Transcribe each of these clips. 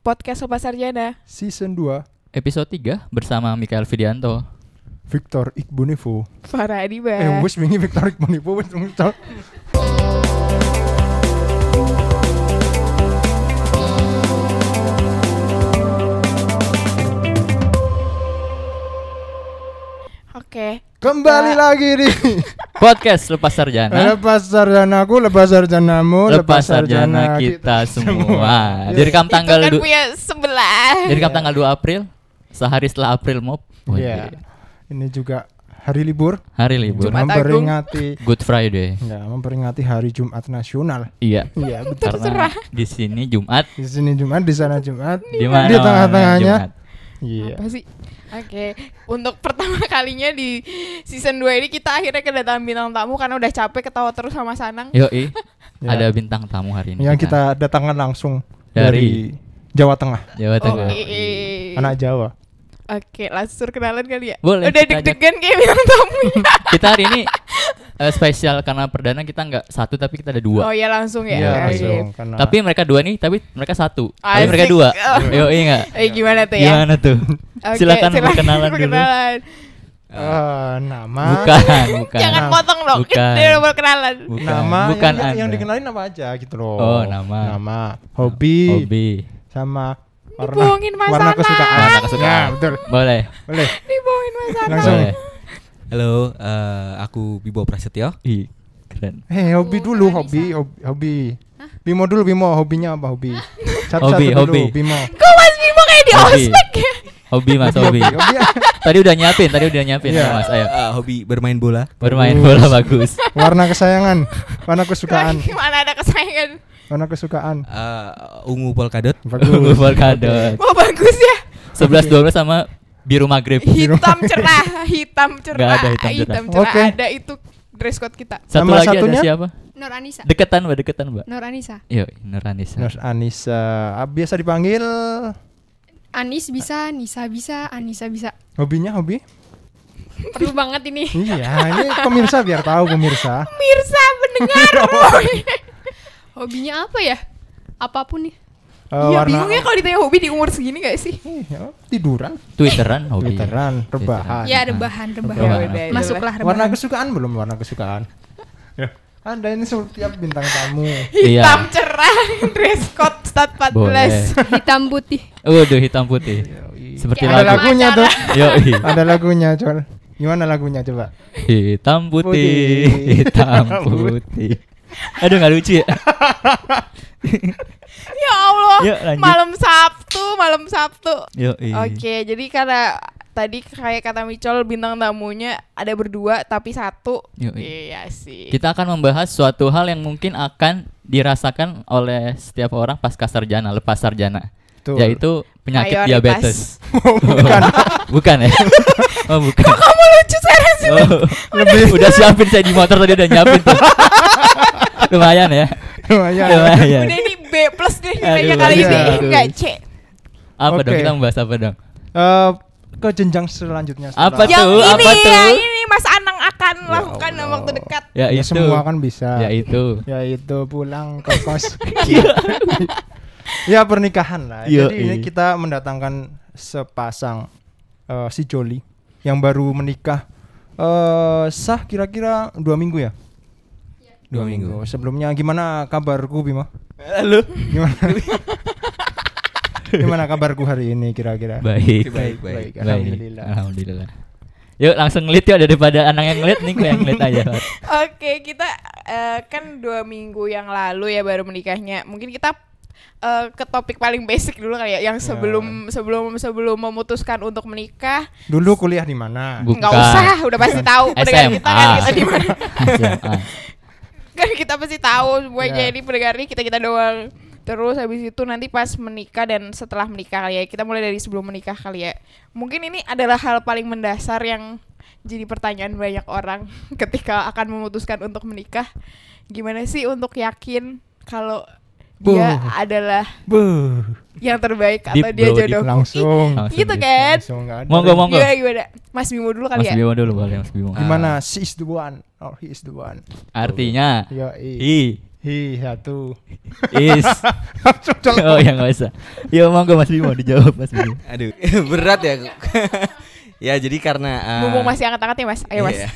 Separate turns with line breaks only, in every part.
Podcast Sobat Sarjana.
Season 2
Episode 3 bersama Mikael Fidianto.
Victor Iqbunivo
Farah Adiba.
Eh wes wingi Victor Iqbunivo wes wes, tau.
Oke.
Kembali
Kak.
lagi di
Podcast Lepas Sarjana.
Lepas sarjanaku, lepas sarjanamu,
Lepas Sarjana kita semua.
Iya.
Direkam tanggal
Itu kan
du-
punya sebelah.
direkam
Iya.
tanggal 2 April. Sehari setelah April Mop.
Iya. Ini juga hari libur
Hari Oh, libur.
Jumat. Agung.
memperingati
Good Friday.
ya, memperingati hari Jumat nasional.
Iya.
Iya, betul.
Karena di sini Jumat.
Di sini Jumat, di sana Jumat,
Di mana?
di tengah-tengahnya.
Jumat?
Iya.
Apa sih? Oke, untuk pertama kalinya di season 2 ini kita akhirnya kedatangan bintang tamu karena udah capek ketawa terus sama Sanang.
Yoi.
Iya.
Ada bintang tamu hari ini.
Yang kita datangkan langsung dari,
Dari-
Jawa Tengah,
Jawa Tengah.
Oke.
anak Jawa.
Oke, langsung kenalan kali ya.
Boleh,
udah
kita ajak.
deg-degan kayak bintang tamu. ya?
Kita hari ini eh, spesial karena perdana kita nggak satu tapi kita ada dua.
oh ya langsung ya.
Iya,
Oke.
langsung karena
Tapi mereka dua nih, tapi mereka satu. Tapi
Asik.
mereka dua. Yo, iya nggak?
Eh gimana tuh ya?
Gimana tuh?
Oke,
silakan berkenalan dulu.
berkenalan.
eh, nama
Bukan, bukan.
Jangan potong dong.
Bukan.
Dia udah berkenalan.
Bukan.
nama
Iya. bukan
yang, yang
Anda.
dikenalin apa aja gitu loh
Oh, nama.
nama hobi,
Hobi.
sama warna
Dibohongin Mas
warna
Anang.
kesukaan
Warna kesukaan.
Ya, betul
Boleh.
boleh
Dibohongin Mas Anang.
Langsung.
Boleh.
Halo, eh, aku Bibo Prasetyo.
Ih, keren.
eh hobi dulu hobi hobi hobi Bimo dulu Bimo hobinya apa hobi satu
Hobi,
satu dulu
hobi.
Bimo
Kok Mas Bimo kayak di
Hobi.
ospek ya?
Hobi Mas, hobi.
hobi ya?
tadi udah nyiapin, tadi udah nyiapin
Iya.
ya, Mas. Ayo.
Eh, hobi bermain bola.
Bermain bola bagus.
warna kesayangan warna kesukaan
Gimana ada kesayangan?
warna kesukaan
Eh, ungu polkadot.
bagus
Bola kadot.
Wah bagus ya.
11 12 sama biru maghrib.
Hitam cerah, hitam cerah.
Nggak ada hitam cerah.
Oke.
ada itu dress code kita.
Satu
Nama
lagi
satunya?
ada siapa?
Nur Anissa.
Deketan, Mbak, deketan, Mbak.
Nur Anissa.
Yo, Nuranisa.
Nurse Anissa Ah, biasa dipanggil
Anis bisa, Nisa bisa, Anissa bisa.
hobinya hobi
Perlu banget ini.
iya ini pemirsa biar tahu pemirsa
Mirsa pendengar.
Oh,
Iya,
Hobinya apa ya? Apapun nih.
Eh,
ya bingung ya kalau ditanya hobi di umur segini gak sih?
Iya, tiduran
Twitteran hobi.
Twitteran, rebahan.
Iya,
Ya rebahan,
Ya,
rebahan.
udah,
Masuklah
warna
rebahan.
kesukaan belum warna kesukaan? ya. Anda ini setiap bintang tamu.
Iya.
Hitam cerah, dress code stat 14.
Boleh.
Hitam putih.
Waduh, hitam putih.
Ya,
Seperti
Ada
lagu.
lagunya tuh.
Yoi.
Ada lagunya, Col. Gimana lagunya coba?
Hitam putih,
Putih.
hitam putih. Aduh nggak lucu ya.
Ya Allah,
Yuk, lanjut. Iya.
malam Sabtu, malam Sabtu.
Yo,
Oke, jadi karena tadi kayak kata Micol bintang tamunya ada berdua tapi satu.
Yoi.
Iya sih.
Kita akan membahas suatu hal yang mungkin akan dirasakan oleh setiap orang pasca sarjana, lepas sarjana,
Tuh.
yaitu penyakit
Mayoritas.
diabetes. bukan. bukan ya. Oh, bukan.
Kamu lucu sekarang sih.
Oh, udah siapin saya di motor tadi udah nyiapin tuh. Lumayan ya.
Lumayan.
Lumayan.
Udah ini B plus deh nilainya
nilainya Oh, iya, Aduh,
kali
kali ini.
ini
iya.
enggak
Enggak,
C.
Apa dong
Oke.
kita membahas apa dong?
Eh, ke jenjang selanjutnya. setelah-
Apa
Yang
tuh?
ini
Apa tuh?
yang ini Mas Anang akan lakukan dalam waktu dekat.
Ya,
Ya,
itu.
semua kan bisa.
Ya itu.
Yaitu pulang ke kos. ya pernikahan lah.
Yoi.
Jadi ini kita mendatangkan sepasang eh, si Joli yang baru menikah. eh sah kira-kira dua minggu ya?
Dua minggu.
Sebelumnya gimana kabarku Bima?
Halo.
Gimana? gimana kabarku hari ini kira-kira?
Baik.
Baik,
Baik,
baik.
alhamdulillah.
Baik. Alhamdulillah. Yuk langsung ngelit yuk daripada anak yang ngelit nih gue yang ngelit aja.
Oke, kita eh, kan dua minggu yang lalu ya baru menikahnya. Mungkin kita eh, ke topik paling basic dulu kali ya, yang sebelum sebelum sebelum memutuskan untuk menikah.
Dulu kuliah di mana?
Bu-
Enggak
Bukan.
usah, udah pasti tahu pendengar kita kan
SMA.
kita di mana.
SMA.
kan kita pasti tahu semuanya
Ya.
Iya.
jadi pendengarnya kita kita doang terus habis itu nanti pas menikah dan setelah menikah kali ya kita mulai dari sebelum menikah kali ya mungkin ini adalah hal paling mendasar yang jadi pertanyaan banyak orang ketika akan memutuskan untuk menikah gimana sih untuk yakin kalau dia
Buh.
adalah
Buh,
yang terbaik
Deep,
atau dia
bro, deep.
jodoh
langsung.
Langsung
gitu
deep.
kan
Langsung nggak ada.
Monggo monggo.
gimana gimana mas Bimo dulu kali
Mas
ya
Bimo
Ah.
dulu boleh Mas Bimo.
Oh, Gimana? She is the one or he is the one.
Artinya
Yoi.
I
Hi satu.
Is.
Sudah
oh ya nggak usah. Ya monggo Mas Bimo dijawab Mas Bimo.
Aduh, berat ya. ya jadi karena eh,
Mumpung masih angkat-angkat ya mas, ayo mas.
iya.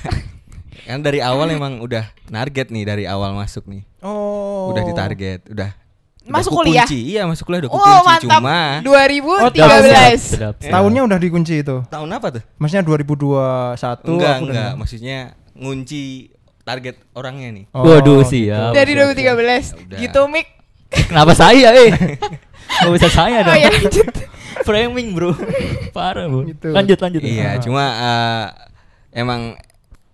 Kan dari awal emang udah target nih dari awal masuk nih.
Oh.
Udah ya? ditarget, udah
Masuk
udah
kuliah?
kukunci. Iya, masuk kuliah udah
Oh
kukunci
mantap.
cuma
Oh, 2013.
Sedap, sedap, sedap.
Eh. Tahunnya udah dikunci itu.
tahun apa tuh?
Maksudnya 2021
enggak,
aku udah-
enggak. Maksudnya ngunci target orangnya nih.
Oh,
Waduh
gitu.
siap.
Dari
Oke, oke.
2013.
Ya udah.
Gitu Mik.
Kenapa saya eh? Gak bisa saya
Oh
dong.
ya lanjut.
Framing bro. Parah bu.
Gitu.
Lanjut lanjut.
ya.
Iya,
Ah.
cuma eh, emang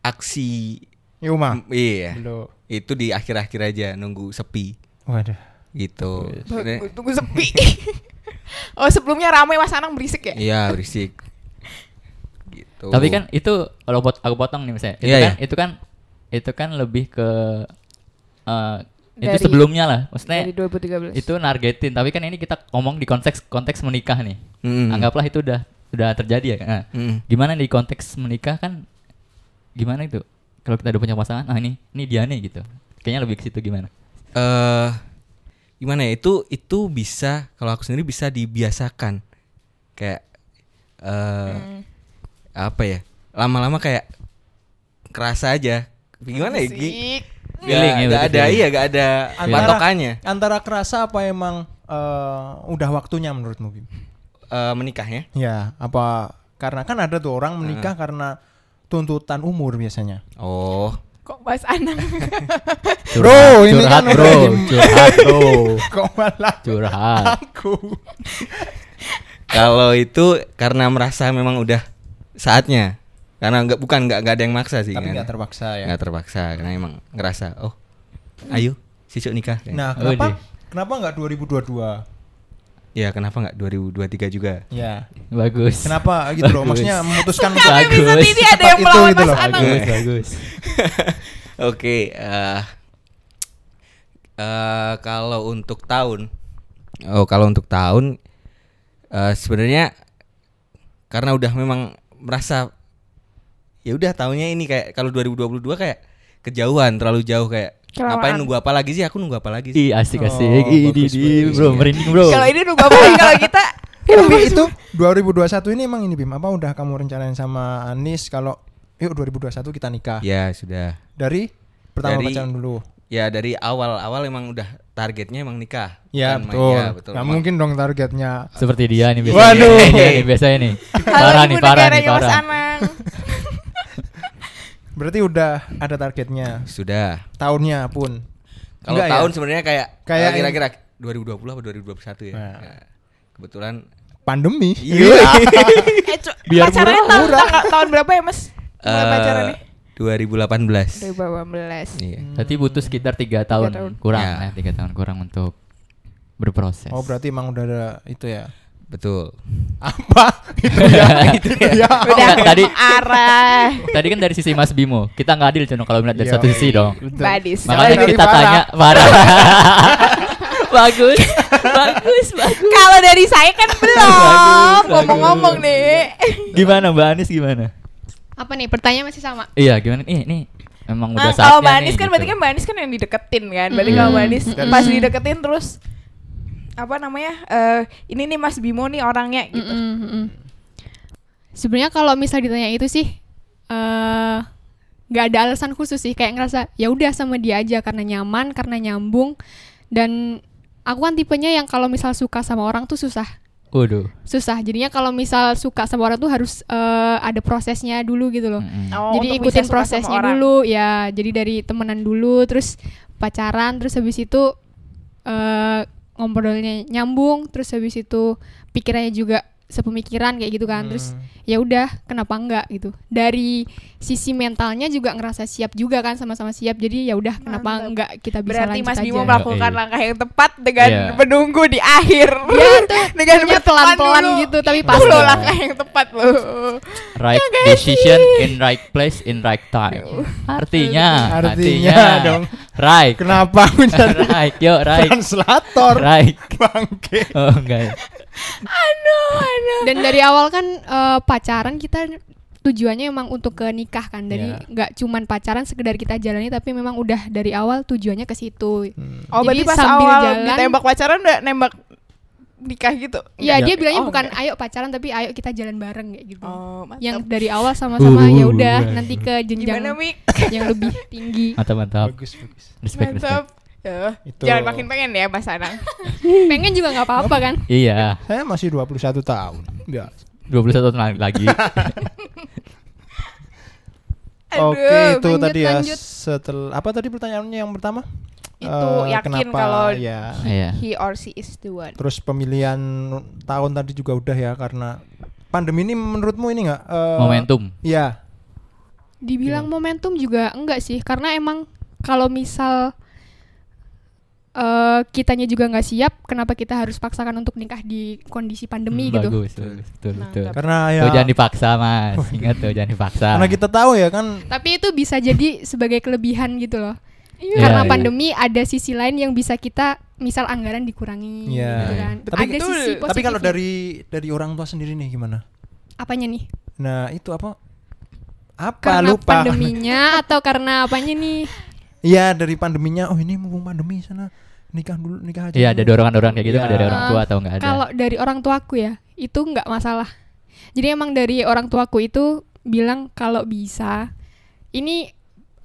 aksi
Yuma.
m- iya.
Belum.
Itu di akhir-akhir aja nunggu sepi
Waduh.
gitu.
Tunggu-
Sebenarnya-
Tunggu sepi. oh sebelumnya ramai mas Anang berisik ya?
Iya, berisik. Gitu.
Tapi kan itu kalau buat aku potong nih misalnya. Itu
Iya,
kan
iya.
itu kan itu kan lebih ke eh, itu
Dari-
sebelumnya lah. Maksudnya
Dari 2013.
itu nargetin tapi kan ini kita ngomong di konteks konteks menikah nih
Hmm.
Mm.
anggaplah itu udah udah terjadi ya nah,
Mm.
gimana di konteks menikah kan gimana itu kalau kita udah punya pasangan ah ini ini dia nih gitu kayaknya lebih ke situ gimana
eh gimana ya itu itu bisa kalau aku sendiri bisa dibiasakan kayak eh apa ya lama-lama kayak kerasa aja gimana ya Gi?
Berisik.
Nggak-
Feeling ya,
nggak
berarti
ada
feeling.
iya nggak ada
Antara-
patokannya
Antara kerasa apa emang eh, udah waktunya menurutmu Bim?
eh, menikahnya
Ya, apa karena kan ada tuh orang
Ah.
menikah karena tuntutan umur biasanya.
oh
Kok mas Anang?
Bro, ini
curhat
kan
bro
udah di-
curhat bro
Kok malah
curhat
aku?
kalau itu karena merasa memang udah saatnya karena nggak bukan nggak nggak ada yang maksa sih
Tapi
kan.
nggak terpaksa ya.
Nggak terpaksa karena emang ngerasa oh ayo sisuk nikah
Nah,
Oh,
kenapa?
deh.
Kenapa nggak 2022?
ya kenapa nggak 2023 juga
Ya.
bagus
Kenapa gitu loh? Maksudnya memutuskan
Kami bisa
Bagus.
ini ada
Tepat
yang
itu
melawan
gitu
mas
loh.
Anang.
bagus bagus
Oke, eh eh, kalau untuk tahun, oh kalau untuk tahun, eh, sebenarnya karena udah memang merasa ya udah tahunnya ini kayak kalau 2022 kayak kejauhan, terlalu jauh kayak
Kelewaan.
ngapain nunggu apa lagi sih? Aku nunggu apa lagi
Ih,
sih?
asik asik
Oh,
Ih, di,
bagus,
di,
bagus.
bro merinding bro
Kalau ini nunggu apa lagi? kalau kita
Tapi itu 2021 ini emang ini Bim, apa udah kamu rencanain sama Anis kalau yuk 2021 kita nikah?
Iya.
Ya sudah.
Dari pertama
Dari-
pacaran dulu.
Ya dari awal-awal emang udah targetnya emang nikah.
Iya,
Ya
Bukan main-
betul.
ya,
Nggak
betul.
mungkin dong targetnya.
seperti dia nih biasanya
Waduh.
Dia nih biasanya nih
Halo ibu
parah nih parah nih
negaranya mas
parah
Anang.
Berarti udah ada targetnya.
Sudah.
Tahunnya pun.
Kalau
Enggak ya?
tahun sebenarnya kayak
Kayak
kayak kira-kira 2020 apa 2021 ya.
Nah.
Ya. Kebetulan Iya.
pandemi.
Iya.
Eh, cu-
Biar
pacarannya tahun, tanggal- tahun berapa ya mas? Mulai
eh,
pacarannya?
2018.
2018.
Iya.
Berarti butuh sekitar tiga tahun,
tahun.
kurang
Ya.
ya tiga tahun kurang untuk berproses.
Oh berarti emang udah ada itu ya.
Betul.
Apa? itu ya.
Iya.
itu ya.
Udah
Nggak, tadi
arah
tadi kan dari sisi Mas Bimo, kita nggak adil Jono kalau melihat dari
Iya.
satu sisi dong.
Betul.
badis.
Makanya
dari
kita
Farah.
tanya Farah. bagus, bagus, bagus.
Kalau dari saya kan belum
Bagus,
ngomong-ngomong
bagus.
Iya.
nih.
Gimana Mbak Anies gimana?
Apa nih? Pertanyaan masih sama.
Iya gimana? Ih, ini emang udah
Nah,
saatnya
kalau Mbak Anies
nih,
kan berarti
gitu.
kan Mbak Anies kan yang dideketin kan. Berarti kalau Mbak Anies pas dideketin terus apa namanya? eh, ini nih Mas Bimo nih orangnya gitu.
Mm-mm, mm-mm. Sebenarnya kalau misal ditanya itu sih eh, nggak ada alasan khusus sih kayak ngerasa ya udah sama dia aja karena nyaman, karena nyambung dan aku kan tipenya yang kalau misal suka sama orang tuh susah.
Waduh.
Susah. Jadinya kalau misal suka sama orang tuh harus eh, ada prosesnya dulu gitu loh.
Mm-mm.
Oh, untuk
jadi
bisa
ikutin
suka sama
prosesnya
orang.
dulu ya jadi dari temenan dulu terus pacaran terus habis itu eh ngobrolnya nyambung terus habis itu pikirannya juga sepemikiran kayak gitu
Hmm.
kan terus ya udah kenapa enggak gitu dari sisi mentalnya juga ngerasa siap juga kan sama-sama siap jadi ya udah kenapa
Mantap.
enggak kita bisa
Berarti
lanjut
Mas
aja.
Bimo melakukan
Iya.
langkah yang tepat dengan
Iya.
menunggu di akhir.
Iya, tuh.
dengan
Ya,
berteman
pelan-pelan
dulu.
gitu tapi
Itu
pasti Oh,
loh langkah yang tepat loh.
Right decision in right place in right time. Artinya,
Artinya dong.
Right.
Kenapa aku jadi
Right, yuk right.
translator?
Right.
Bangke.
Oh enggak. ya.
Aduh, aduh.
dan dari awal kan eh, pacaran kita tujuannya emang untuk ke nikah kan dari
Iya.
nggak cuman pacaran sekedar kita jalani tapi memang udah dari awal tujuannya ke situ
Hmm.
Oh,
Jadi
berarti pas
sambil
awal
jalan-
ditembak pacaran udah nembak nikah gitu.
ya
Iya.
dia bilangnya
Oh,
bukan ayo pacaran tapi ayo kita jalan bareng kayak gitu
Oh, mantap.
yang dari awal
Uh,
sama-sama ya udah
uh,
nanti ke
gimana,
jenjang
Mik?
yang lebih tinggi
Mantap mantap.
Bagus bagus.
Respect respect.
Mantap. Ya,
Itu.
jangan makin pengen ya Mas Anang.
pengen juga nggak apa-apa kan
Iya,
Saya masih 21 tahun. Ya.
21 tahun la- lagi.
Aduh.
Oke, itu
lanjut,
tadi ya.
lanjut.
Setelah apa tadi pertanyaannya yang pertama?
Itu
Eh,
yakin
kenapa,
kalau
ya.
Iya.
He or she is the one.
Terus pemilihan tahun tadi juga udah ya karena pandemi ini menurutmu ini enggak
Momentum.
Iya.
Dibilang momentum juga enggak sih, karena emang kalau misal eh kitanya juga nggak siap, kenapa kita harus paksakan untuk nikah di kondisi pandemi
Hmm,
gitu?
Bagus, betul, betul, betul.
Mantap.
Karena ya
Tuh jangan dipaksa mas, ingat tuh jangan
Oh,
dipaksa.
iya. karena kita tahu ya kan
Tapi itu bisa jadi sebagai kelebihan gitu loh.
Iya.
Karena
Iya, iya.
pandemi ada sisi lain yang bisa kita misal anggaran dikurangi
Iya.
gitu kan.
Tapi
ada
itu-
sisi positif.
tapi kalau dari dari orang tua sendiri nih gimana?
apanya nih?
Nah, itu apa? Apa
Karena
lupa?
pandeminya atau karena apanya nih?
Iya, dari pandeminya. Oh, ini mumpung pandemi sana nikah dulu, nikah aja.
Iya ada
dulu.
dorongan-dorongan kayak gitu
Iya.
nggak dari orang tua atau nggak ada?
Kalau dari orang tuaku ya, itu nggak masalah. Jadi emang dari orang tuaku itu bilang kalau bisa, ini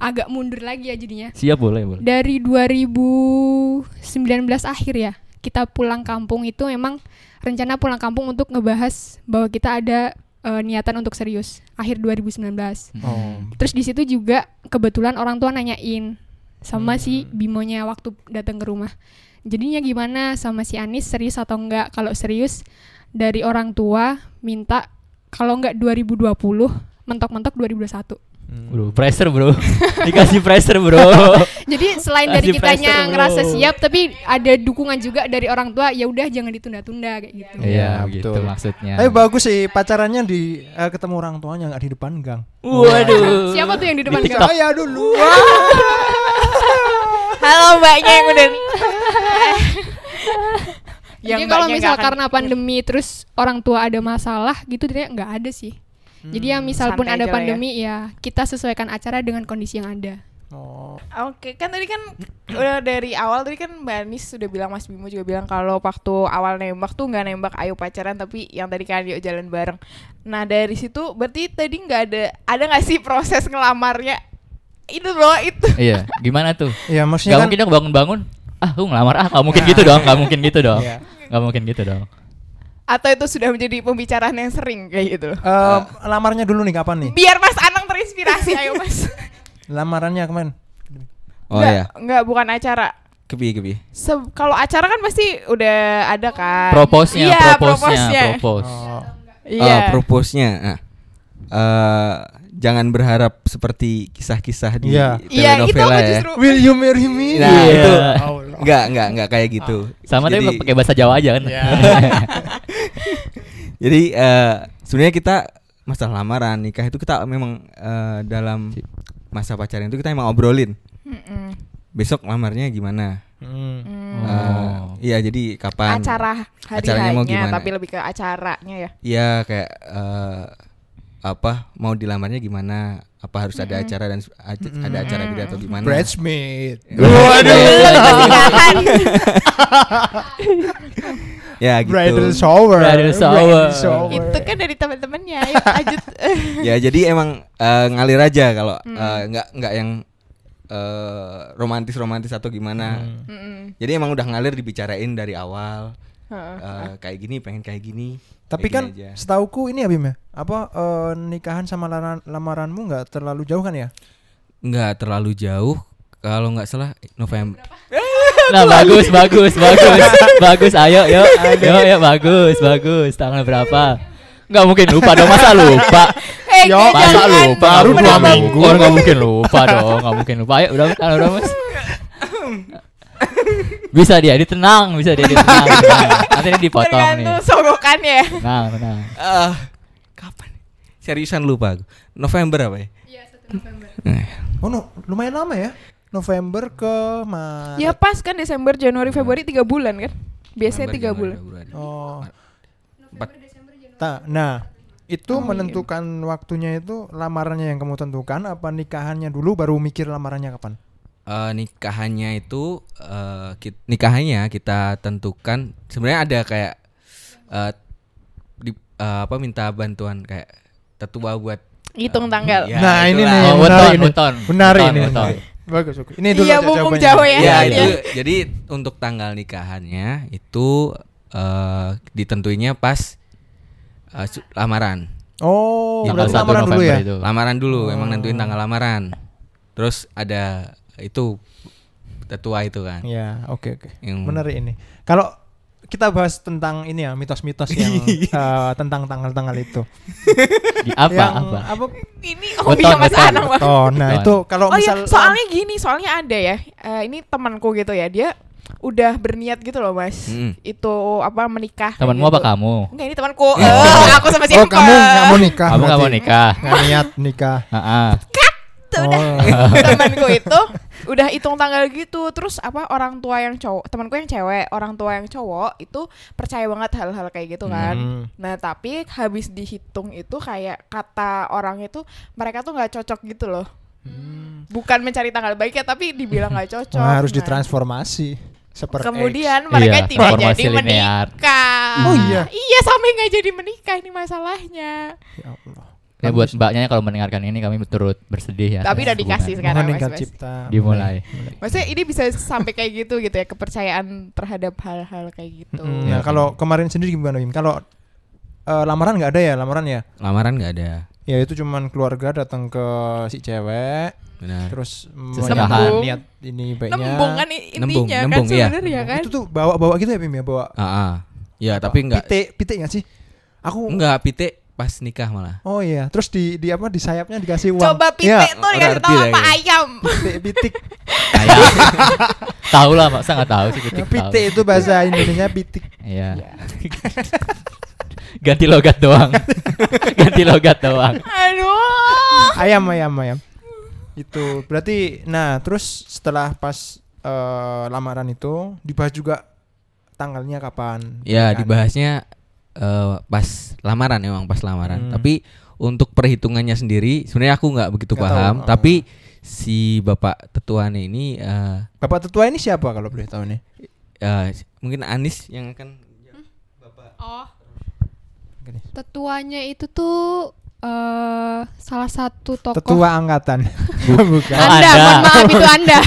agak mundur lagi ya jadinya.
Siap boleh boleh.
Dari 2019 akhir ya, kita pulang kampung itu memang rencana pulang kampung untuk ngebahas bahwa kita ada eh, niatan untuk serius akhir 2019.
Oh.
Terus di situ juga kebetulan orang tua nanyain sama
Hmm.
si Bimonya waktu datang ke rumah. Jadinya gimana sama si Anis serius atau enggak? Kalau serius dari orang tua minta kalau enggak 2020 mentok-mentok 2021.
hmm.
Bro, pressure bro, dikasih pressure bro.
Jadi selain dari
Kasih pressure,
kitanya
bro.
ngerasa siap tapi ada dukungan juga dari orang tua ya udah jangan ditunda-tunda kayak gitu.
Iya,
Iya gitu
betul.
maksudnya.
Tapi bagus sih pacarannya di eh, ketemu orang tuanya nggak di depan gang.
Waduh.
Siapa tuh yang di depan
Di
gang?
Saya dulu.
Halo mbaknya yang udah
Jadi kalau misal karena pandemi terus orang tua ada masalah gitu dia nggak ada sih. Jadi ya misal pun
Hmm, Santai
ada
aja lah ya.
pandemi ya. kita sesuaikan acara dengan kondisi yang ada.
Oh.
Oke, kan tadi kan udah dari awal tadi kan Mbak Anis sudah bilang Mas Bimo juga bilang kalau waktu awal nembak tuh nggak nembak ayo pacaran tapi yang tadi kan yuk jalan bareng. Nah, dari situ berarti tadi nggak ada ada nggak sih proses ngelamarnya? Itu loh, itu.
Iya, gimana tuh?
Ya
Gak
maksudnya kan
mungkin dong bangun-bangun. Ah, aku ngelamar ah, gak mungkin gitu dong, gak mungkin gitu dong,
Iya.
gak mungkin gitu dong.
Atau itu sudah menjadi pembicaraan yang sering kayak gitu loh.
eh, lamarnya dulu nih kapan nih?
Biar Mas Anang terinspirasi ayo Mas.
Lamarannya kemarin.
Oh
Nggak-
ya,
nggak, bukan acara.
kebi kebi.
Se- kalau acara kan pasti udah ada kan.
Proposnya,
iya,
proposnya, propose.
Oh.
Iya.
Eh, propose-nya. Nah. Eh, jangan berharap seperti kisah-kisah di
Iya.
Iya, itu
telenovela
aku
ya.
justru.
Will you marry me?
Nah,
Iya.
itu
Allah.
enggak enggak enggak kayak gitu.
Ah. Sama
Jadi-
tapi pakai bahasa Jawa aja kan.
Iya.
Jadi eh, sebenarnya kita masalah lamaran nikah itu kita memang eh, dalam masa pacaran itu kita emang obrolin
Mm-mm.
besok lamarnya gimana.
Mm.
Hmm.
Eh,
Oh.
Iya jadi kapan?
acara hari
Acaranya mau
hanya
gimana?
tapi lebih ke acaranya ya
Iya kayak eh, apa mau dilamarnya gimana? Apa harus ada acara dan ac- ada acara gede atau gimana?
Bridesmaid.
Iya,
Iya, Kan?
ya gitu.
Bridal shower.
Bridal shower.
itu kan dari teman-temannya ayo lanjut
ya jadi emang eh, ngalir aja kalau eh, nggak nggak yang romantis romantis atau gimana
Mm-mm.
jadi emang udah ngalir dibicarain dari awal
Heeh.
Eh, kayak gini pengen kayak gini
Tapi
kayak
kan
gini aja.
setauku ini ya Bim ya. Apa eh, nikahan sama lamaran- lamaranmu nggak terlalu jauh kan ya?
nggak terlalu jauh kalau nggak salah November
Nah bagus bagus bagus bagus ayo yo yo yo bagus bagus tanggal berapa? Nggak mungkin lupa dong masa lupa
eh
Yo,
gue
masa
jangan
lupa
baru dua
Nggak
minggu.
mungkin, nggak mungkin lupa dong nggak mungkin lupa ayo udah tanggal berapa mas? Bisa dia ditenang bisa dia ditenang. tenang. Nanti ini dipotong nih.
tergantung sogokannya
Tenang tenang.
Ah, kapan seriusan lupa aku. November apa ya Eh,
Oh no, lumayan lama ya. November ke Maret.
ya pas kan Desember Januari Februari tiga bulan kan biasanya
November,
tiga
Oh.
Januari,
bulan
Februari.
Oh.
Empat-
Ta- nah,
Oh,
Itu
iya.
menentukan waktunya itu lamarannya yang kamu tentukan apa nikahannya dulu baru mikir lamarannya kapan?
Eh, nikahannya itu eh, ki- nikahannya kita tentukan sebenarnya ada kayak eh, di, eh, apa minta bantuan kayak tetua buat
Hitung tanggal.
Ya,
nah, ini
itulah.
nih
Eh,
Oh,
menarik
weton,
ini.
weton.
Menarik
Weton,
ini.
weton.
Bagus, bagus. Ini dulu
Iya,
aja
bumbung
jawabannya.
Jawa ya.
ya
Iya.
itu jadi untuk tanggal nikahannya itu eh, ditentuinya pas eh, su- lamaran
Oh,
Tanggal
berarti
1
lamaran dulu ya.
itu.
lamaran dulu
Oh.
emang nentuin tanggal lamaran terus ada itu tetua itu kan
Ya, oke oke.
Yang-
Menarik ini. Kalau kita bahas tentang ini ya mitos-mitos yang eh, tentang tanggal-tanggal itu.
Di Iya. apa
yang,
apa?
Ini hobinya
Weton,
Mas
weton.
Anang banget.
Oh, nah
Betul.
itu kalau
Oh
misal um,
iya, soalnya gini, soalnya ada ya. eh, ini temanku gitu ya, dia udah berniat gitu loh, Mas.
Mm.
Hmm.
Itu apa menikah.
Temanmu
gitu.
apa kamu?
Enggak, ini temanku. Eh, aku sama siapa?
Oh, kamu nggak mau nikah.
Kamu nggak mau
berarti.
nikah?
Nggak niat nikah.
Heeh.
Tuh, udah.
Oh.
temanku itu udah hitung tanggal gitu terus apa orang tua yang cowok temanku yang cewek orang tua yang cowok itu percaya banget hal-hal kayak gitu kan
Hmm.
nah tapi habis dihitung itu kayak kata orang itu mereka tuh nggak cocok gitu loh bukan mencari tanggal baik ya tapi dibilang nggak cocok
Wah, harus
Nah,
ditransformasi seperti
kemudian mereka
Iya,
tidak
transformasi
jadi
linear.
menikah
Oh, iya.
iya sampai nggak jadi menikah ini masalahnya
Ya Allah.
Ya buat mbaknya kalau mendengarkan ini kami turut bersedih ya.
Tapi
atas
udah dikasih
hubungan.
Sekarang,
Mohon
Mas,
ingkar
Mas.
cipta.
Dimulai.
maksudnya ini bisa sampai kayak gitu gitu ya kepercayaan terhadap hal-hal kayak gitu
Mm,
Ya,
Nah, kalau kemarin sendiri gimana Bim? Kalau eh, lamaran nggak ada ya lamaran ya?
lamaran nggak ada
Ya itu cuman keluarga datang ke si cewek
benar
terus menyatakan
Sesembahan.
niat ini baiknya.
nembung kan i-
Nembung,
intinya
nembung,
kan
iya.
sebenarnya kan
Itu tuh bawa-bawa gitu ya Bim ya, bawa
Ah, ah. ya tapi nggak
pitik, pitik nggak sih? Aku
nggak pite pas nikah malah
Oh iya, terus di di apa di sayapnya dikasih uang.
coba
Iya,
pitik tuh
udah
dikasih
ngerti
tahu apa
lah ya.
ayam
pitik, pitik.
Kayak tahu lah maksa nggak tahu sih
Ya,
titik tahu.
pitik itu bahasa Indonesia pitik.
Iya. Ganti logat doang. Ganti logat doang.
aduh
ayam ayam ayam itu berarti nah terus setelah pas eh, lamaran itu dibahas juga tanggalnya kapan
ya
Kan?
dibahasnya eh, pas lamaran emang pas lamaran
Hmm.
tapi untuk perhitungannya sendiri sebenarnya aku nggak begitu
Nggak
paham
tahu, ah.
tapi si bapak tetuannya ini eh,
bapak tetua ini siapa kalau boleh tahu nih
eh, mungkin Anis yang akan
Oh.
Gini.
Tetuanya itu tuh eh salah satu tokoh.
tetua angkatan bukan
Oh,
Anda,
Anda.
mohon maaf itu Anda.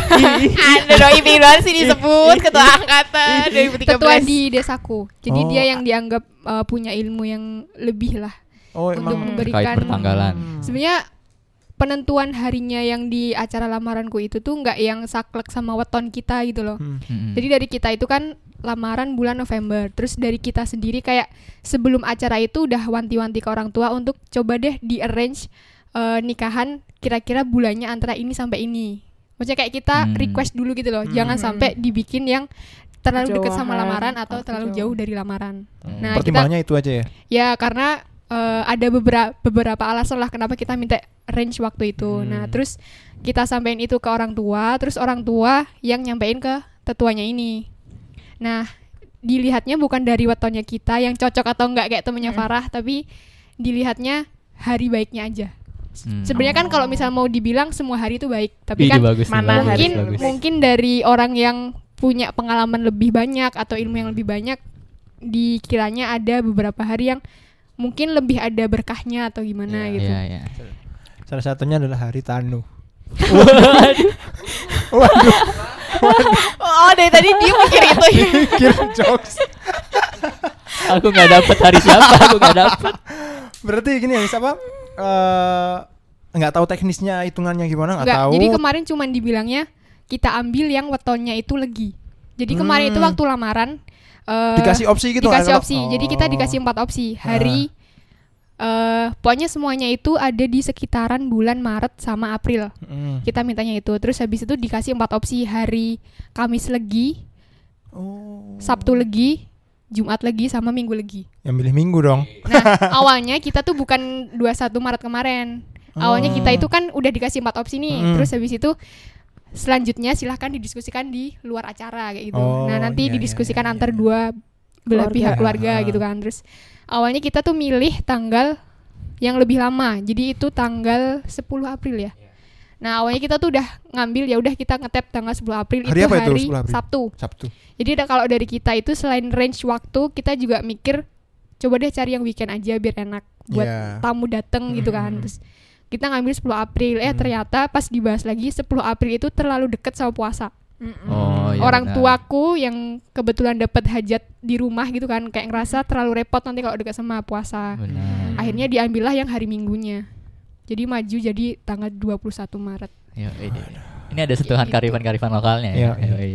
anda doi pilihan sih disebut ketua angkatan 2013
Tetua di desaku. Jadi
Oh,
dia yang dianggap eh, punya ilmu yang lebih lah
oh
untuk nah,
emang Hmm.
Terkait
memberikan
pertanggalan.
Sebenarnya penentuan harinya yang di acara lamaranku itu tuh nggak yang saklek sama weton kita gitu loh.
Hmm.
Mm-mm.
Jadi dari kita itu kan lamaran bulan November. Terus dari kita sendiri kayak sebelum acara itu udah wanti-wanti ke orang tua untuk coba deh di arrange eh, nikahan kira-kira bulannya antara ini sampai ini. Maksudnya kayak kita
Hmm.
request dulu gitu loh. Jangan
Hmm.
sampai dibikin yang terlalu dekat sama
Kejauhan
lamaran atau
atau
terlalu
kejauhan.
jauh dari lamaran.
Hmm.
Nah, kita
pertimbangannya itu aja ya
Ya karena eh, ada beberapa beberapa alasan lah kenapa kita minta range waktu itu.
Hmm.
Nah terus kita sampein itu ke orang tua, terus orang tua yang nyampein ke tetuanya ini. Nah dilihatnya bukan dari wetonnya kita yang cocok atau enggak kayak temennya Farah, tapi dilihatnya hari baiknya aja.
Hmm. Iya,
Sebenarnya kan kalau misal mau dibilang semua hari itu baik, tapi
Ih,
kan
bagus, nih,
mana
bagus,
mungkin
bagus.
mungkin dari orang yang punya pengalaman lebih banyak atau ilmu yang lebih banyak dikiranya ada beberapa hari yang mungkin lebih ada berkahnya atau gimana
Iya,
gitu.
Iya, iya.
salah satunya adalah hari tanu
oh dari tadi dia mikir itu
Iya.
ya
kirim jokes
Aku nggak dapet hari siapa, aku nggak dapet.
berarti gini ya siapa Eh, nggak tahu teknisnya hitungannya gimana nggak
Nggak,
tahu
Jadi kemarin cuman dibilangnya kita ambil yang wetonnya itu legi. Jadi kemarin itu
Hmm.
waktu lamaran eh,
dikasih opsi gitu nggak
dikasih
kalau-
opsi. Jadi kita
Oh.
dikasih empat opsi. Hari eh pokoknya semuanya itu ada di sekitaran bulan Maret sama April.
Mm.
kita mintanya itu terus habis itu dikasih empat opsi hari Kamis legi
oh
Sabtu legi Jumat legi sama Minggu legi
yang milih minggu dong
nah awalnya kita tuh bukan 21 Maret kemarin awalnya
Oh.
kita itu kan udah dikasih empat opsi nih
Mm.
terus habis itu selanjutnya silahkan didiskusikan di luar acara kayak gitu
Oh,
nah nanti
iya, iya,
didiskusikan
iya, iya.
antar dua belah
Keluarga.
pihak keluarga
Ah.
gitu kan terus awalnya kita tuh milih tanggal yang lebih lama. Jadi itu tanggal 10 April ya.
Iya.
Nah, awalnya kita tuh udah ngambil ya udah kita ngetep tanggal 10 April
Hari
itu
apa itu,
hari
10 April?
Sabtu.
Sabtu.
Jadi da- kalau dari kita itu selain range waktu, kita juga mikir coba deh cari yang weekend aja biar enak buat
Iya.
tamu dateng gitu kan. Terus kita ngambil 10 April. Eh ternyata pas dibahas lagi 10 April itu terlalu deket sama puasa.
Oh, iya
Orang
benar.
tuaku yang kebetulan dapat hajat di rumah gitu kan kayak ngerasa terlalu repot nanti kalau deket sama puasa.
Benar.
Akhirnya diambillah yang hari Minggunya. Jadi maju jadi tanggal 21 Maret.
Yo, i- Iya, Ini ada sentuhan
Gitu.
karifan-karifan lokalnya ya.
Iya,
Yo, i.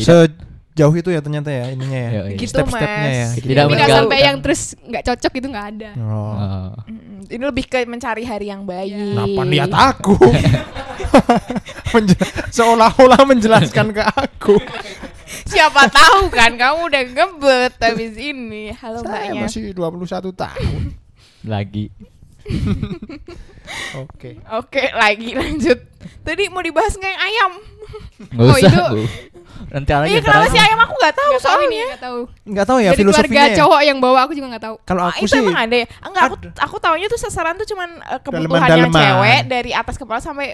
Tidak-
Sejauh itu ya ternyata ya ininya ya.
yo, i.
Gitu
Step-stepnya
mas.
ya.
Tidak
Tapi nggak
mengganggu.
sampai yang terus nggak cocok itu nggak ada.
Oh.
Oh.
Mm-mm. Ini lebih ke mencari hari yang baik.
Kenapa lihat aku? Menje- Seolah-olah menjelaskan ke aku.
Siapa tahu kan kamu udah ngebet habis ini. Halo
Saya
mbaknya.
masih 21 tahun.
Lagi.
Oke.
Oke, lagi lanjut. Tadi mau dibahas nggak yang ayam?
Nggak
Oh,
usah,
itu-
Bu. Nanti lagi
Iya, kenapa sih ayam aku nggak tahu
Nggak tahu
soalnya.
nih, nggak tahu.
Enggak tahu ya
Dari keluarga
filosofinya. ya.
cowok yang bawa aku juga nggak tahu.
Kalau
Ah,
aku
itu
sih
emang ada ya? Enggak, aku
ada.
aku taunya tuh sasaran tuh cuman eh, kebutuhan yang
Daleman-daleman.
cewek dari atas kepala sampai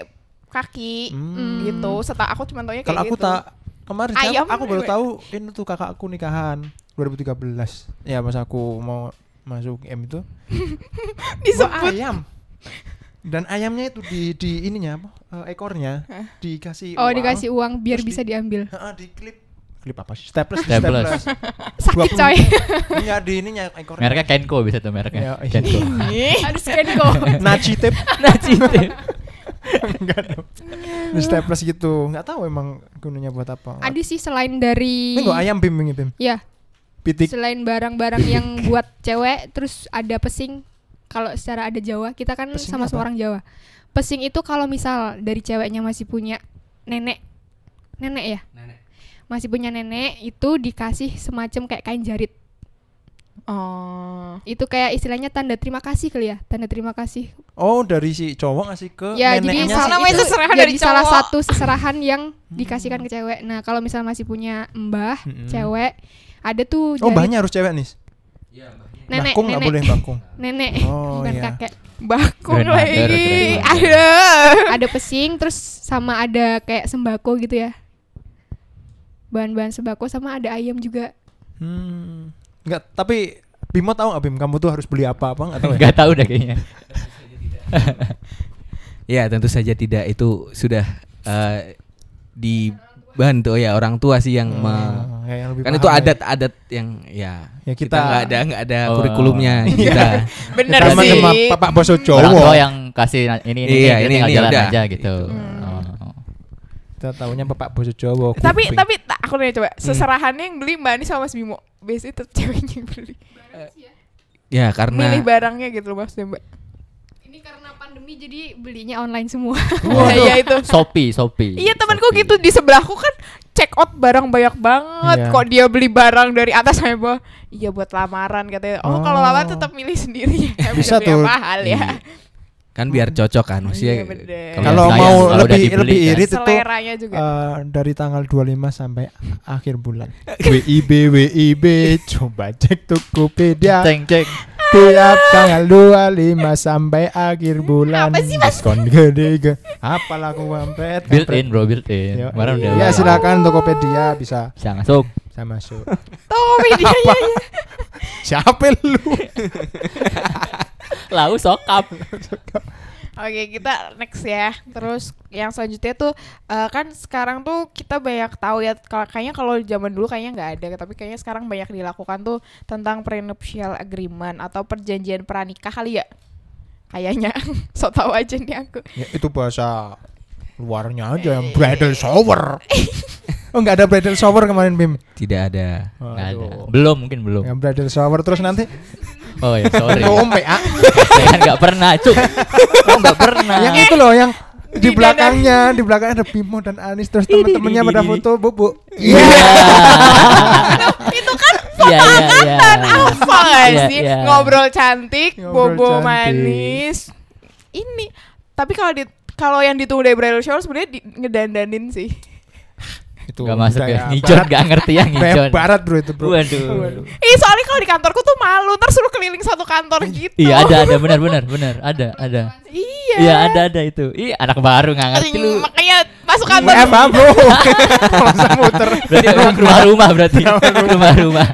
kaki
Hmm.
gitu. Seta aku cuman taunya kayak
kalau aku
gitu.
tak kemarin Cam,
Ayam
aku baru
cewek.
tahu ini tuh kakak aku nikahan 2013. Ya pas aku mau masuk M itu Wah,
disebut.
ayam. Dan ayamnya itu di di ininya apa? eh, ekornya
Hah?
dikasih
Oh
uang,
dikasih uang biar
Iya, Terus
bisa
di-
diambil.
Heeh, di klip. Klip apa sih? Staples, di
Staples.
staples.
Sakit
20.
coy.
Enggak di ininya ekornya.
Mereknya Kenko bisa tuh
Ya,
mereknya.
iya.
Kenko.
Harus scan kok.
Naci tip
Nah, cinta.
enggak dong. Di staples gitu. Enggak tahu emang gunanya buat apa.
Ada sih selain dari
Ini kok ayam bim ini bim.
Ya,
Pitik.
selain barang-barang yang buat cewek terus ada pesing. Kalau secara ada Jawa, kita kan
Pesing
sama
apa?
seorang Jawa. Pesing itu kalau misal dari ceweknya masih punya nenek. Nenek ya? Masih punya nenek itu dikasih semacam kayak kain jarit.
Oh.
Itu kayak istilahnya tanda terima kasih kali ya, tanda terima kasih
Oh, dari si cowok ngasih ke
ya jadi
neneknya.
sih.
Hmm.
salah
Namanya
itu
seserahan
jadi
dari
salah
cowok.
satu seserahan yang dikasihkan ke cewek nah kalau misalnya masih punya mbah
Mm-mm.
cewek ada tuh
Hmm. Oh,
jari-
mbahnya harus cewek nih.
nenek
bakung nggak
nenek
boleh bakung.
nenek
Oh,
bukan
iya.
kakek
Bakung
Grandmother,
lagi.
grandmother.
Ada.
ada pesing terus sama ada kayak sembako gitu ya bahan-bahan sembako sama ada ayam juga
Hmm. Enggak, tapi Bimo tahu nggak Bim kamu tuh harus beli apa apa enggak tahu ya?
Enggak tahu dah kayaknya.
Ya tentu saja tidak itu sudah eh, dibantu ya orang tua sih yang me-
Hmm, kayak yang lebih
kan
paham
itu
ya.
adat-adat yang ya
Ya,
kita
kita- Iya.
nggak ada nggak ada
Oh.
kurikulumnya kita
Bener
Sama
Eh, sih.
sama Bapak Boso Jawa.
Orang tua yang kasih na- ini ini,
Iya,
ini,
ini,
tinggal
ini,
jalan
udah.
aja gitu.
Gitu.
Oh.
Kita tahunya Bapak Boso Jawa.
Eh, Tapi
kuping. Hmm.
tapi tak- aku nanya coba seserahannya yang beli Mbak Ani sama Mas Bimo. Biasanya tetap ceweknya yang beli.
Nah.
ya karena
Milih barangnya gitu loh maksudnya Mbak.
ini karena pandemi jadi belinya online semua
Iya, Iya itu.
Oh. Shopee, Shopee.
Iya temanku
Shopee.
gitu di sebelahku kan check out barang banyak banget
Iya.
kok dia beli barang dari atas sampai bawah. Iya buat lamaran katanya. Oh, kalau
Oh.
lamaran tetap milih sendiri ya.
Bisa
Beli yang
tuh. Iya.
mahal ya.
kan biar cocok kan
Iya,
maksudnya
bener.
kalau
kalau-
Kalau
mau
sayang, kalau udah
lebih
dibeli
lebih
kan.
irit itu
Seleranya juga.
eh, dari tanggal 25 sampai akhir bulan. WIB WIB coba cek Tokopedia
Ceng ceng.
tiap tanggal 25 sampai akhir bulan.
Apa sih, Mas?
Diskon gede ge- Apalah aku mampet.
Built
kampret.
in bro, built in.
Yo,
Kemarin udah.
Ya silakan Tokopedia bisa
Bisa masuk.
bisa masuk.
Tuh ya. medianya.
Siapa lu?
Lau sokap.
Oke, kita next ya. Terus yang selanjutnya tuh eh, kan sekarang tuh kita banyak tahu ya kalau kayaknya kalau zaman dulu kayaknya nggak ada, tapi kayaknya sekarang banyak dilakukan tuh tentang prenuptial agreement atau perjanjian pranikah kali ya. Kayaknya so tau aja nih aku.
Ya, itu bahasa luarnya aja yang bridal shower. oh nggak ada bridal shower kemarin Bim.
tidak ada
Nggak ada.
Aduh.
Belum mungkin belum.
Yang bridal shower terus nanti
Oh ya, sorry.
ngombe ah.
Saya kan enggak pernah, Cuk. Oh, enggak pernah.
Yang itu loh yang di
Di
belakangnya, di belakangnya ada Bimo dan Anis terus teman-temannya pada foto bubu.
Iya.
Itu kan
Iya, iya, iya.
kan apa nggak
Iya,
sih?
iya.
Ngobrol cantik,
Ngobrol
bobo
cantik.
manis. Ini tapi kalau di kalau yang ditunggu dari bridal shower sebenarnya di, ngedandanin sih.
itu
Gak masuk
budaya
ya. Ngijon
barat.
gak ngerti ya
budaya
ngijon.
barat bro itu bro
Waduh.
Ih soalnya kalau di kantorku tuh malu, ntar suruh keliling satu kantor gitu.
Iya ada ada benar benar benar ada ada.
Iya.
Iya ada ada itu. Ih anak baru nggak ngerti lu. Iya,
Makanya masuk kantor.
WFH Iya, bro masa muter
Berarti orang rumah rumah berarti rumah rumah.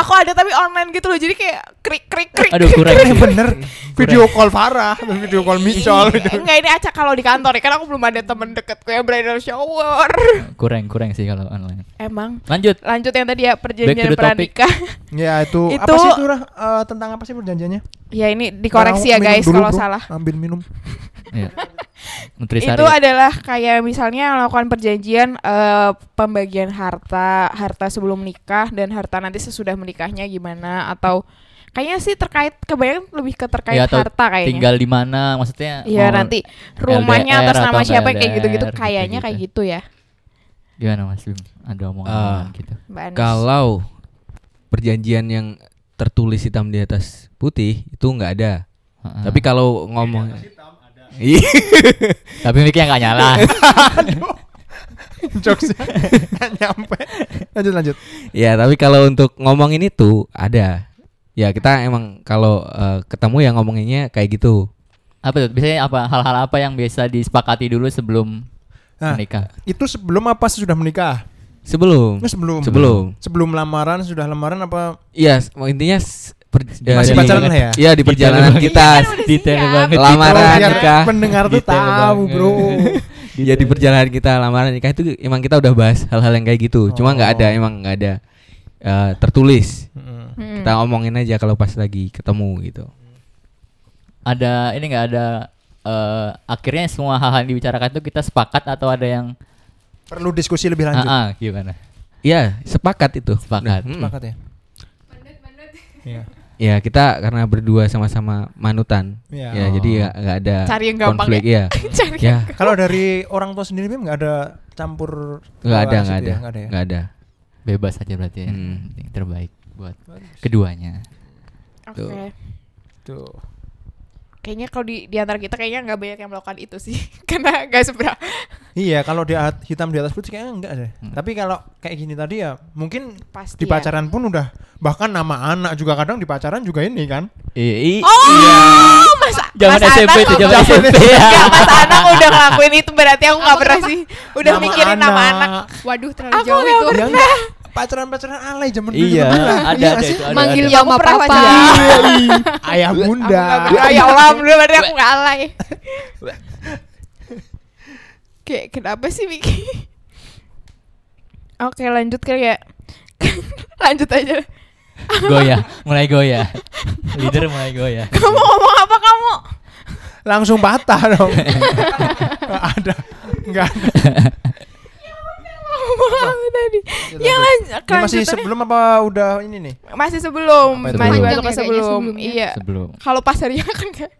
Aku ada tapi online gitu loh, jadi kayak krik krik krik.
Aduh kurang.
Eh, bener video call Farah video call Micol
Iya. Enggak ini acak kalau di kantor ya, karena aku belum ada temen deketku yang bridal shower.
Kurang kurang sih kalau online.
Emang
Lanjut.
lanjut yang tadi ya
Back to
perjanjian
the topic.
pranikah.
ya itu, apa
Itu-
sih itu Rah? Eh, tentang apa sih perjanjiannya
ya ini dikoreksi ya
Nah, minum
guys
dulu,
kalau
bro.
salah.
ambil minum
Iya. Nutrisari.
Itu adalah kayak misalnya melakukan perjanjian eh, pembagian harta, harta sebelum nikah dan harta nanti sesudah menikahnya gimana atau kayaknya sih terkait kebanyakan lebih ke terkait
Ya, atau
harta kayaknya.
Tinggal di mana maksudnya?
Iya
mau
nanti rumahnya
LDR
atas nama
atau
siapa
nggak
kayak gitu-gitu
LDR,
kayaknya kayak gitu ya.
Gimana Mas Bim? Ada omongan gitu.
Mbak Anis.
Kalau perjanjian yang tertulis hitam di atas putih itu nggak ada.
Heeh.
Ah.
Tapi kalau ngomong Iya.
tapi mic-nya nggak nyala.
jokesnya nggak nyampe lanjut lanjut
Ya, tapi kalau untuk ngomongin itu ada. Ya, kita emang kalau eh, ketemu ya ngomonginnya kayak gitu.
apa tuh? Biasanya apa hal-hal apa yang biasa disepakati dulu sebelum
Nah,
menikah?
itu sebelum apa sudah menikah
Sebelum.
Nah, sebelum
Sebelum.
sebelum lamaran sudah lamaran apa
Iya, s- intinya s- per-
Masih
di-
pacaran lah ya?
Iya, di perjalanan
Gitu.
kita.
Iya, kan udah
Detail
siap.
banget.
Lamaran
Kalau Oh, iya, biar
nikah. Gitu,
pendengar tuh
Detail
tahu
banget.
bro
Ya di perjalanan kita lamaran nikah itu emang kita udah bahas hal-hal yang kayak gitu. Cuma nggak
Oh.
ada, emang nggak ada eh, tertulis.
Hmm.
Kita omongin aja kalau pas lagi ketemu gitu.
Ada ini nggak ada eh, akhirnya semua hal-hal yang dibicarakan itu kita sepakat atau ada yang
perlu diskusi lebih
ah,
lanjut
ah, gimana?
Iya, sepakat itu.
Sepakat.
Mm.
sepakat ya Iya.
Ya kita karena berdua sama-sama manutan.
Iya.
Ya jadi ya nggak ada
Cari yang gampang
konflik
ya.
ya.
Cari
ya
Kalau dari orang tua sendiri Bim nggak ada campur
nggak ada
ke situ
nggak ada
ya? Nggak ada ya?
nggak ada.
Bebas aja berarti ya.
Hmm.
Yang terbaik buat keduanya. gitu.
Oke.
Tuh.
Tuh.
Kayaknya kalau di, di antara kita kayaknya nggak banyak yang melakukan itu sih, karena nggak seberapa.
Iya, kalau di at- hitam di atas putih kayaknya enggak deh.
Hmm.
Tapi kalau kayak gini tadi ya, mungkin
Pasti
di
ya.
pacaran pun udah bahkan nama anak juga kadang di pacaran juga ini kan.
I, i-
Oh, mas,
Zaman
mas
SMP
Anang
itu, zaman
ngomong-
SMP ya.
Nggak, mas Anang udah ngelakuin itu berarti aku nggak pernah sih. Udah
Nama
mikirin nama anak.
Waduh terlalu
Aku
jauh
nggak
itu.
Ya enggak, pacaran-pacaran alay zaman dulu.
Iya,
juga.
ada
Iya
ada
sih? Iya,
itu ada.
Manggil
ada.
Ya, aku
mama
pernah
papa.
pacaran.
Ayah bunda.
Aku nggak pernah, ya Allah, dulu berarti aku nggak alay. Kayak kenapa sih Miki? Oke lanjut kali ya. lanjut aja.
goyah, mulai goyah. Leader mulai goyah.
Kamu ngomong apa kamu?
Langsung patah dong. Nggak ada. Enggak. ada.
Ngomong apa tadi? Ya lanjut.
Ini masih sebelum apa udah ini nih?
masih sebelum
Apa itu?
masih masuk ke
Sebelum.
Panjang ya kayaknya
sebelum
sebelumnya.
iya
Sebelum
kalau pas hari kan kayak-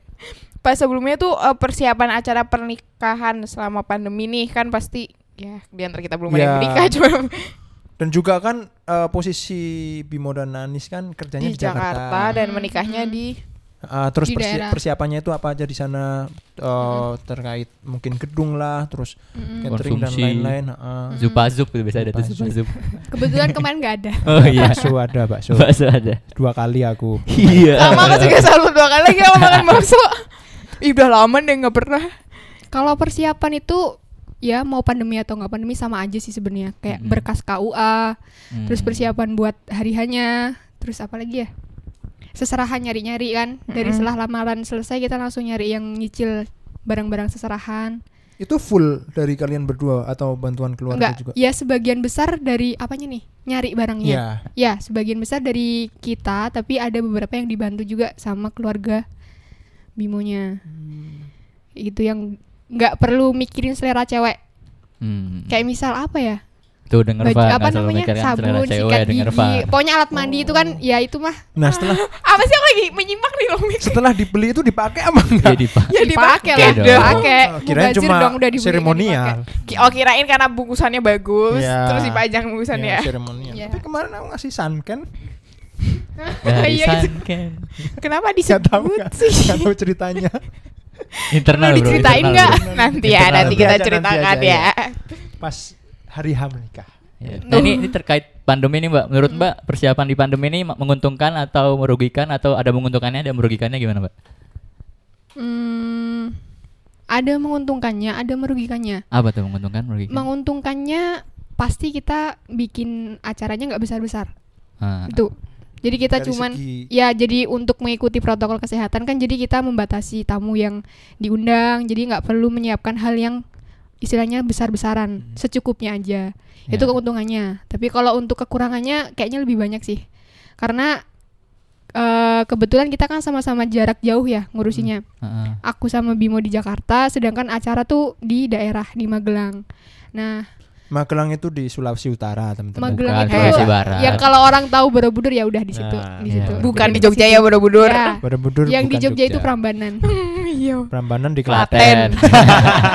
pas sebelumnya tuh eh, persiapan acara pernikahan selama pandemi nih kan pasti ya di antara kita belum ada yang
Ya.
menikah cuma
Dan juga kan eh, posisi Bimo dan Nanis kan kerjanya
di
di,
Jakarta
Hmm.
dan menikahnya di
Uh, terus
Di
persi-
daerah.
persiapannya itu apa aja di sana uh, terkait mungkin gedung lah, terus catering dan
Konsumsi.
lain-lain. uh.
Zupa Zup itu biasa ada tuh
Zupa
Zupa Zup.
Kebetulan kemarin nggak ada.
Oh
Ada
iya.
bakso ada bakso.
Bakso ada.
Dua kali aku.
Iya.
sama aku juga selalu dua kali lagi aku makan bakso Ih, udah lama deh nggak pernah
Kalau persiapan itu ya mau pandemi atau nggak pandemi sama aja sih sebenarnya. Kayak
Mm-mm.
berkas KUA,
Hmm.
terus persiapan buat hari hanya, terus apa lagi ya? Seserahan nyari-nyari kan. Dari
Mm-mm.
setelah lamaran selesai kita langsung nyari yang nyicil barang-barang seserahan.
Itu full dari kalian berdua atau bantuan keluarga
Enggak,
juga?
ya sebagian besar dari apanya nih? Nyari barangnya.
Iya.
Ya, sebagian besar dari kita, tapi ada beberapa yang dibantu juga sama keluarga Bimonya.
Hmm.
Itu yang nggak perlu mikirin selera cewek.
Hmm.
Kayak misal apa ya?
Tuh denger
Baju-
Pak,
apa
nggak selalu
namanya?
mikirin selera
Sabun,
cewek
sikat gigi.
denger Pak.
Pokoknya alat mandi itu kan ya itu mah
Nah setelah
apa sih aku lagi menyimak nih loh Mik?
setelah dibeli itu dipakai apa enggak?
Jadi Pak.
ya dipakai lah
dong.
dipakai.
Oh, kirain
Mubazir
cuma
Eh, dong udah dibeli,
seremonial.
dipakai.
Ki- oh kirain karena bungkusannya bagus
Iya.
terus dipajang bungkusannya
Iya, seremonial.
Iya.
Tapi kemarin aku ngasih sunken,
Dari
Iya, gitu.
Sanken.
kenapa
nggak tahu
disebut
nggak-
sih
nggak tahu ceritanya.
Internal
Perlu
bro.
diceritain
internal,
nggak
bro.
nanti ya
Internal,
nanti
bro.
kita ya.
Aja, iya. nanti
ceritakan
aja,
ya
Pas hari H menikah.
Ya. Nah, ini, ini terkait pandemi ini, Mbak. Menurut
Hmm.
Mbak, persiapan di pandemi ini ma- menguntungkan atau merugikan atau ada menguntungkannya ada merugikannya gimana, Mbak?
Hmm, ada menguntungkannya, ada merugikannya.
Apa tuh menguntungkan, merugikan?
Menguntungkannya pasti kita bikin acaranya nggak besar-besar.
Ah,
Itu. Jadi kita
Dari
cuman
segi-
ya jadi untuk mengikuti protokol kesehatan kan jadi kita membatasi tamu yang diundang, jadi nggak perlu menyiapkan hal yang istilahnya besar-besaran, secukupnya aja.
Hmm. Ya.
Itu keuntungannya. Tapi kalau untuk kekurangannya kayaknya lebih banyak sih. Karena eh, kebetulan kita kan sama-sama jarak jauh ya ngurusinya
ah, ah.
aku sama Bimo di Jakarta, sedangkan acara tuh di daerah di Magelang. Nah,
Magelang itu di Sulawesi Utara, teman-teman.
Magelang itu
Sulawesi Barat.
yang kalau orang tahu Borobudur ya udah di situ,
Nah,
di
iya.
situ.
Bukan di
Jadi
Jogja ya
situ.
Borobudur.
Ya,
Borobudur
yang di
bukan
Jogja, itu Prambanan.
Iya.
Prambanan di Klaten.
Klaten.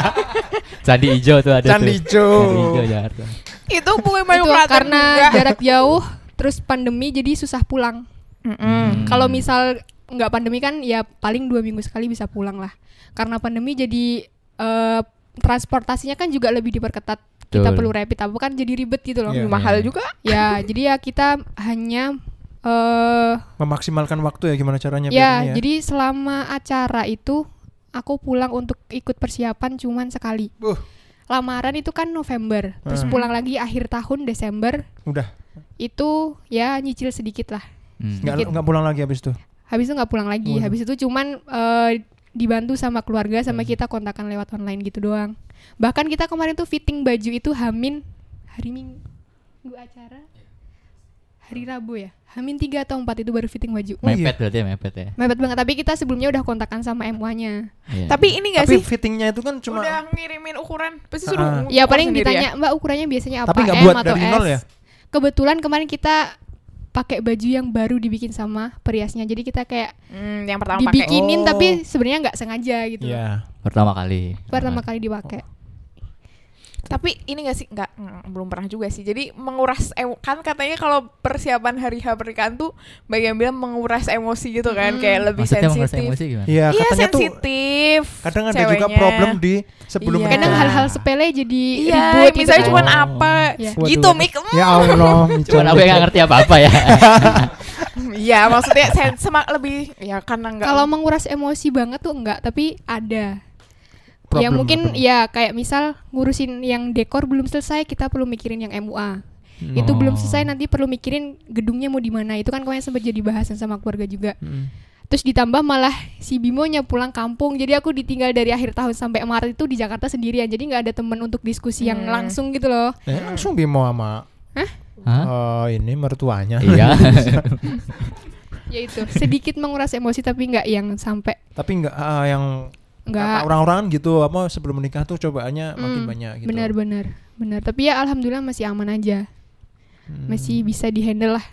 Candi Ijo tuh ada
Candi
tuh.
Ijo.
Candi Ijo Jakarta.
Itu bukan
itu
baru Klaten
karena
juga.
jarak jauh, terus pandemi jadi susah pulang.
Mm-mm.
Kalau misal nggak pandemi kan ya paling dua minggu sekali bisa pulang lah. Karena pandemi jadi eh, transportasinya kan juga lebih diperketat. Kita
Betul.
perlu rapid apa kan jadi ribet gitu loh.
Iya.
mahal juga.
Ya, jadi ya kita hanya eh
Memaksimalkan waktu ya gimana caranya biar
ya,
ini ya.
jadi selama acara itu aku pulang untuk ikut persiapan cuman sekali.
Buh.
Lamaran itu kan November, terus
Hmm.
pulang lagi akhir tahun Desember
udah
itu ya nyicil sedikit lah.
Hmm.
nggak
Sedikit.
nggak pulang lagi habis itu.
Habis itu nggak pulang lagi,
Waduh.
habis itu cuman eh, dibantu sama keluarga
Hmm.
sama kita kontakan lewat online gitu doang. Bahkan kita kemarin tuh fitting baju itu Hamin hari Minggu acara hari Rabu ya. Hamin 3 atau 4 itu baru fitting baju.
Oh iya.
Mepet berarti ya mepet ya.
Mepet banget, tapi kita sebelumnya udah kontakan sama MUA-nya.
Iya.
Tapi ini enggak sih?
Tapi fittingnya itu kan cuma
Udah ngirimin ukuran. Pasti
Ah.
suruh.
Ya
ukur
paling
sendiri
ditanya, Mbak ukurannya biasanya apa?
Tapi nggak
M
buat
atau
dari
S?
nol ya?
Kebetulan kemarin kita pakai baju yang baru dibikin sama periasnya. Jadi kita kayak
Hmm, yang pertama pakai.
Oh.
dibikinin tapi sebenarnya nggak sengaja gitu.
Iya.
pertama kali.
Pertama
Ah.
kali dipakai.
Oh. Tapi ini enggak sih? Enggak, belum pernah juga sih. Jadi menguras emo- kan katanya kalau persiapan hari H pernikahan tuh bagi yang bilang menguras emosi gitu kan, kayak
Hmm.
lebih
Maksudnya menguras
sensitif.
emosi gimana?
Iya,
Iya,
katanya tuh
sensitif.
kadang ada juga
ceweknya.
problem di sebelum
Iya.
menikah.
Kadang hal-hal sepele jadi
Iya,
ribut gitu
misalnya
kan.
cuman
Oh.
apa
Iya.
gitu
Waduh.
mik.
Ya
Mm.
Allah, Mica.
Cuman aku yang nggak ngerti apa-apa ya.
Iya, maksudnya sen- semak lebih ya karena
Iya.
enggak
Kalau menguras emosi banget tuh enggak, tapi ada. ya
Problem,
mungkin
problem.
ya kayak misal ngurusin yang dekor belum selesai, kita perlu mikirin yang MUA.
Hmm.
Itu
Oh.
belum selesai nanti perlu mikirin gedungnya mau di mana. Itu kan kemarin sempat jadi bahasan sama keluarga juga.
Hmm.
Terus ditambah malah si Bimonya pulang kampung. Jadi aku ditinggal dari akhir tahun sampai Maret itu di Jakarta sendirian. Jadi nggak ada temen untuk diskusi yang
Hmm.
langsung gitu loh.
Eh, langsung Bimo sama
Hah?
eh, ini mertuanya.
Iya.
Ya itu, sedikit menguras emosi tapi nggak yang sampai
Tapi nggak ah, yang kata
nggak
orang-orang gitu apa sebelum menikah tuh cobaannya makin
Mm,
banyak gitu.
Benar-benar, benar. Tapi ya alhamdulillah masih aman aja,
Hmm.
masih bisa dihandle lah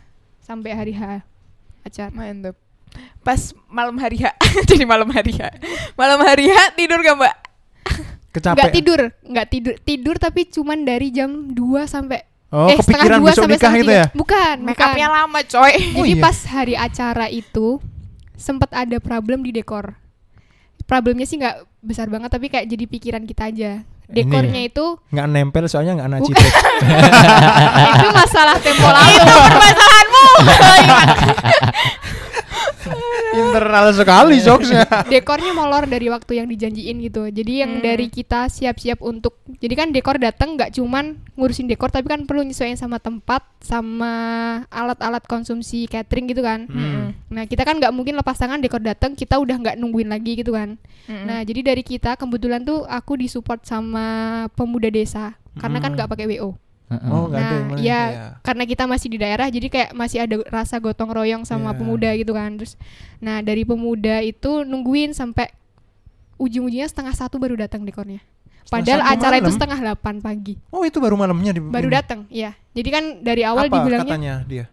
sampai hari H acara.
Mantap. Pas malam hari H, jadi malam hari H. Malam hari H tidur gak mbak?
Kecapean.
Nggak tidur, nggak tidur, tidur tapi cuman dari jam 2 sampai
Oh,
eh setengah
kepikiran
dua
besok
sampai
nikah
setengah
gitu
tiga.
ya?
Bukan,
Make
bukan.
upnya lama coy.
Oh
Jadi
iya.
pas hari acara itu sempat ada problem di dekor. Problemnya sih nggak besar banget tapi kayak jadi pikiran kita
ya?
aja. Dekornya itu
Nggak nempel soalnya nggak anak
Bukan.
cilik.
itu masalah tempo lalu.
Permasalahanmu.
Internal sekali
Iya.
jokesnya.
dekornya molor dari waktu yang dijanjiin gitu jadi yang
Hmm.
dari kita siap-siap untuk jadi kan dekor datang nggak cuman ngurusin dekor tapi kan perlu nyesuaiin sama tempat sama alat-alat konsumsi catering gitu kan nah kita kan nggak mungkin lepas tangan dekor datang kita udah nggak nungguin lagi gitu kan
Hmm.
nah jadi dari kita kebetulan tuh aku disupport sama pemuda desa karena kan
Hmm.
nggak pakai wo
Heeh.
Oh, nggak ada yang
nah
mana.
ya
Iya.
karena kita masih di daerah jadi kayak masih ada rasa gotong royong sama
Iya.
pemuda gitu kan terus nah dari pemuda itu nungguin sampai ujung-ujungnya setengah satu baru datang dekornya padahal
satu
acara itu
malam?
setengah delapan pagi
Oh, itu baru malamnya di
baru
ini.
datang ya jadi kan dari awal
Apa
dibilangnya
katanya dia?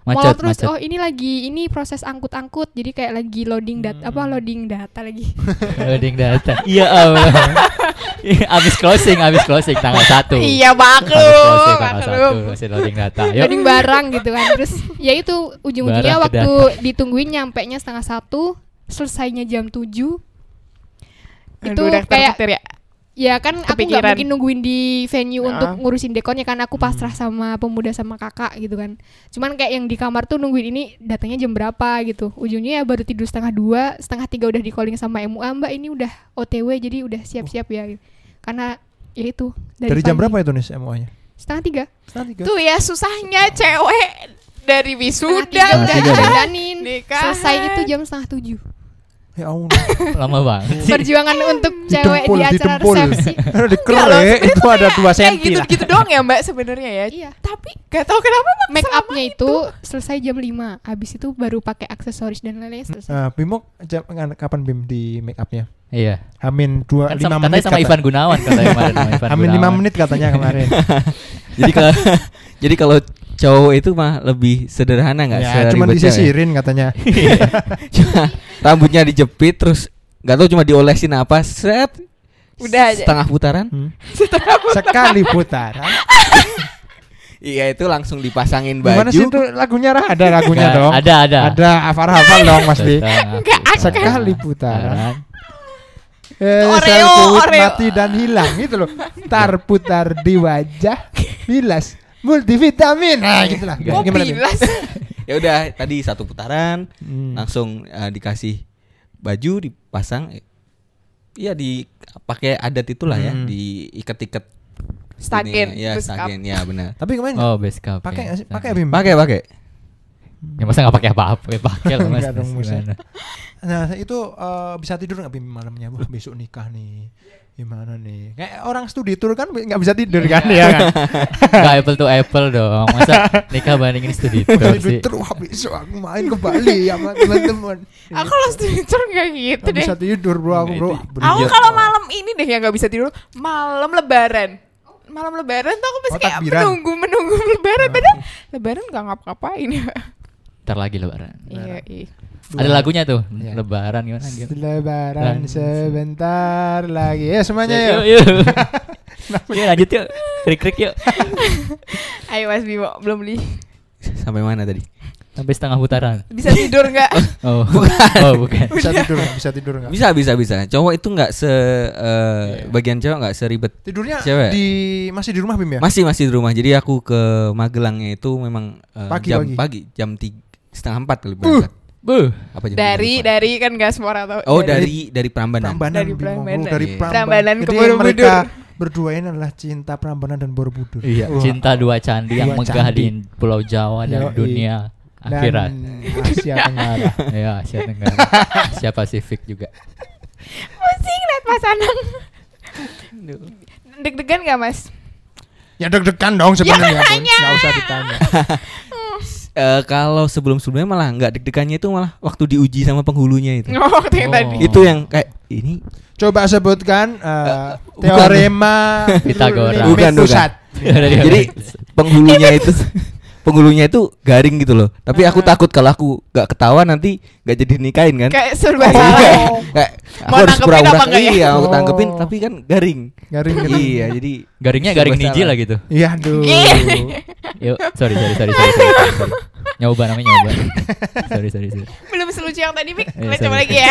malah
Macet,
terus
macet.
oh ini lagi ini proses angkut-angkut jadi kayak lagi loading data apa loading data lagi
Loading data. Iya,
oh.
Allah. Iya, abis closing, abis closing tanggal 1.
Iya
Abis closing
maklum,
tanggal
maklum.
1 masih loading data. Yuk.
loading barang gitu kan terus ya itu ujung-ujungnya
Barang ya. ke
waktu ditungguin nyampe nya setengah satu selesainya jam tujuh
Aduh,
itu
udah
kayak
terketir ya.
ya kan aku nggak
Kepikiran.
mungkin nungguin di venue
Nah.
untuk ngurusin dekornya kan aku pasrah sama pemuda sama kakak gitu kan cuman kayak yang di kamar tuh nungguin ini datangnya jam berapa gitu ujungnya ya baru tidur setengah dua setengah tiga udah di calling sama MUA mbak ini udah OTW jadi udah siap-siap ya gitu. karena ya itu
Dari, jam
pagi.
berapa itu nih MUA-nya?
setengah tiga
Setengah tiga.
Tuh ya susahnya cewek dari
setengah
wisuda
tiga udah
tiga, Mbak.
dandanin
Nikahan.
selesai itu jam setengah tujuh
Ya ampun.
Lama banget.
perjuangan untuk cewek
Didempul,
di acara
didempul.
resepsi
Aduh,
Enggak loh, sebenarnya
dikerek eh, itu
tuh
ada
kayak-
2
Kayak
cm lah.
gitu-gitu doang ya Mbak sebenarnya ya.
iya
Tapi gak tahu kenapa emang
make
selama
upnya itu, selesai jam 5 habis itu baru pakai aksesoris dan lain-lain selesai
Nah, Bimo jam, ngan- kapan Bim di make upnya?
Iya.
Hamin 2
Kan
5
sama,
menit
katanya sama Ivan Gunawan katanya kemarin sama Ivan
Hamin 5
Gunawan.
menit katanya kemarin.
jadi kalau jadi kalau cowok itu mah lebih sederhana nggak
ya,
seribet
cuman
cewek?
disisirin katanya.
Cuma rambutnya dijepit terus nggak tahu cuma diolesin apa set
Udah aja.
setengah putaran
Hmm. Sekali putaran.
iya itu langsung dipasangin
Gimana sih itu
baju
lagunya Rah? Ada lagunya
Nggak,
dong.
Ada ada.
Ada hafal-hafal dong pasti.
Nggak akan.
Sekali putaran. Eh,
Oreo,
sel kulit
Oreo.
mati dan hilang gitu loh. Tar putar di wajah, bilas multivitamin. Nah, gitu lah.
Kok
Gimana, Bim?
bilas?
ya udah tadi satu putaran
Hmm.
langsung eh, dikasih baju dipasang eh, iya di pakai adat itulah ya
Hmm.
diikat-ikat
Stagen,
ininya. ya
bus cup.
stagen ya benar
Tapi kemarin
Oh, base cup.
pakai
ya.
nggak sih? pakai ya, Bim.
pakai pakai
Ya masa enggak pakai apa-apa? Ya, Pakai lah Mas.
Nggak dong, Musa.
Gimana?
Nah, itu eh, bisa tidur nggak Bim malamnya? Wah, besok nikah nih. Gimana nih? Kayak orang studi tour kan nggak bisa tidur kan
Iya.
ya kan?
Nggak apple to apple dong. Masa nikah bandingin studi tour
Studi
sih.
tour wah besok aku main ke Bali sama teman-teman.
Aku kalau tidur gak gitu
Nggak
deh.
bisa tidur bro aku
Nah,
bro.
Nggak, itu-
Bro,
Aku
Iya.
kalau malam ini deh yang gak bisa tidur malam lebaran. Malam lebaran tuh aku pasti
Oh,
kayak
takbiran.
menunggu menunggu lebaran padahal lebaran gak ngapa-ngapain ya.
Ntar lagi lebaran.
Iya, iya.
Ada lagunya tuh.
Iya.
Lebaran gimana? Gimana?
Lebaran
Dan-
sebentar lagi. Ya semuanya ya.
Yuk, yuk. Yuk lanjut yuk. Krik-krik yuk.
Ayo Mas Bimo, belum beli.
sampai mana tadi
Sampai setengah putaran.
Bisa tidur gak?
Oh. Oh, bukan.
Bisa tidur nggak? Bisa tidur nggak?
bisa bisa bisa cowok itu nggak se eh,
Iya.
bagian cowok nggak seribet
Tidurnya
Cewek.
di masih di rumah Bim ya?
masih masih di rumah jadi aku ke Magelangnya itu memang eh,
Pagi,
jam
pagi. Uh.
pagi, jam tiga, setengah empat kali berangkat
Buh.
apa jam
dari
tiga lupa.
dari kan gak semua orang tahu.
oh dari dari Prambanan
Prambanan
Dari
Bim, oh,
Prambanan.
dari
Iya.
Prambanan.
Prambanan ke
Jadi
Borobudur.
mereka berdua ini adalah cinta Prambanan dan Borobudur.
Iya,
Wah.
cinta dua candi yang
Dua
megah
candi.
di Pulau Jawa
Yoi.
dan dunia akhirat.
Dan Asia Tenggara.
Ya, Asia Tenggara. Asia Pasifik juga.
Pusing liat kan Mas Anang. Deg-degan gak Mas?
ya deg-degan dong sebenarnya. Bun.
makanya.
Nggak usah ditanya.
Eh, kalau sebelum sebelumnya malah nggak deg-degannya itu malah waktu diuji sama penghulunya itu
Oh, waktu yang
Oh.
tadi.
itu yang kayak ini
Coba sebutkan eh,
bukan.
teorema
Pitagoras.
limit
Bukan, bukan.
pusat.
jadi penghulunya itu penghulunya itu garing gitu loh tapi aku takut kalau aku nggak ketawa nanti nggak jadi nikahin kan
Kayak serba
Iya.
salah.
Kayak, aku
Mau
harus
nangkepin
pura-pura
apa nggak ya?
iya aku
Oh.
tangkepin tapi kan garing
Garing gitu.
iya jadi
Garingnya
serba
garing niji
salah.
lah gitu.
Iya, aduh.
Yuk, sorry sorry sorry sorry. sorry, sorry. Nyoba namanya nyoba. Sorry sorry sorry.
Belum selucu yang tadi, Mik.
Iya,
Kita coba
sorry.
lagi ya.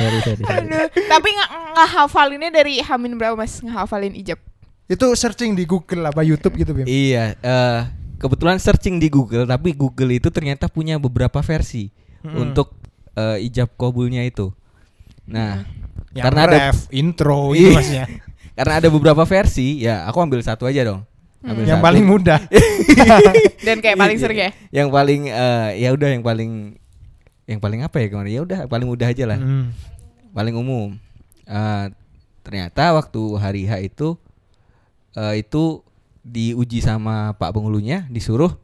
Sorry sorry. sorry.
Aduh, tapi nggak ngehafalinnya dari Hamin berapa mas ngehafalin ijab?
Itu searching di Google apa YouTube gitu, Bim.
iya eh, kebetulan searching di Google tapi Google itu ternyata punya beberapa versi
Mm-mm.
untuk eh, ijab kabulnya itu nah
Yang
karena ada
ref, intro itu
Iya.
maksudnya.
karena ada beberapa versi ya aku ambil satu aja dong
Yang
Ambil satu. Iya,
paling mudah.
Dan kayak Hmm. paling sering ya.
yang paling eh, ya udah yang paling yang paling apa ya kemarin ya udah paling mudah aja lah
Hmm.
paling umum Eh, ternyata waktu hari H itu eh, itu diuji sama pak penghulunya disuruh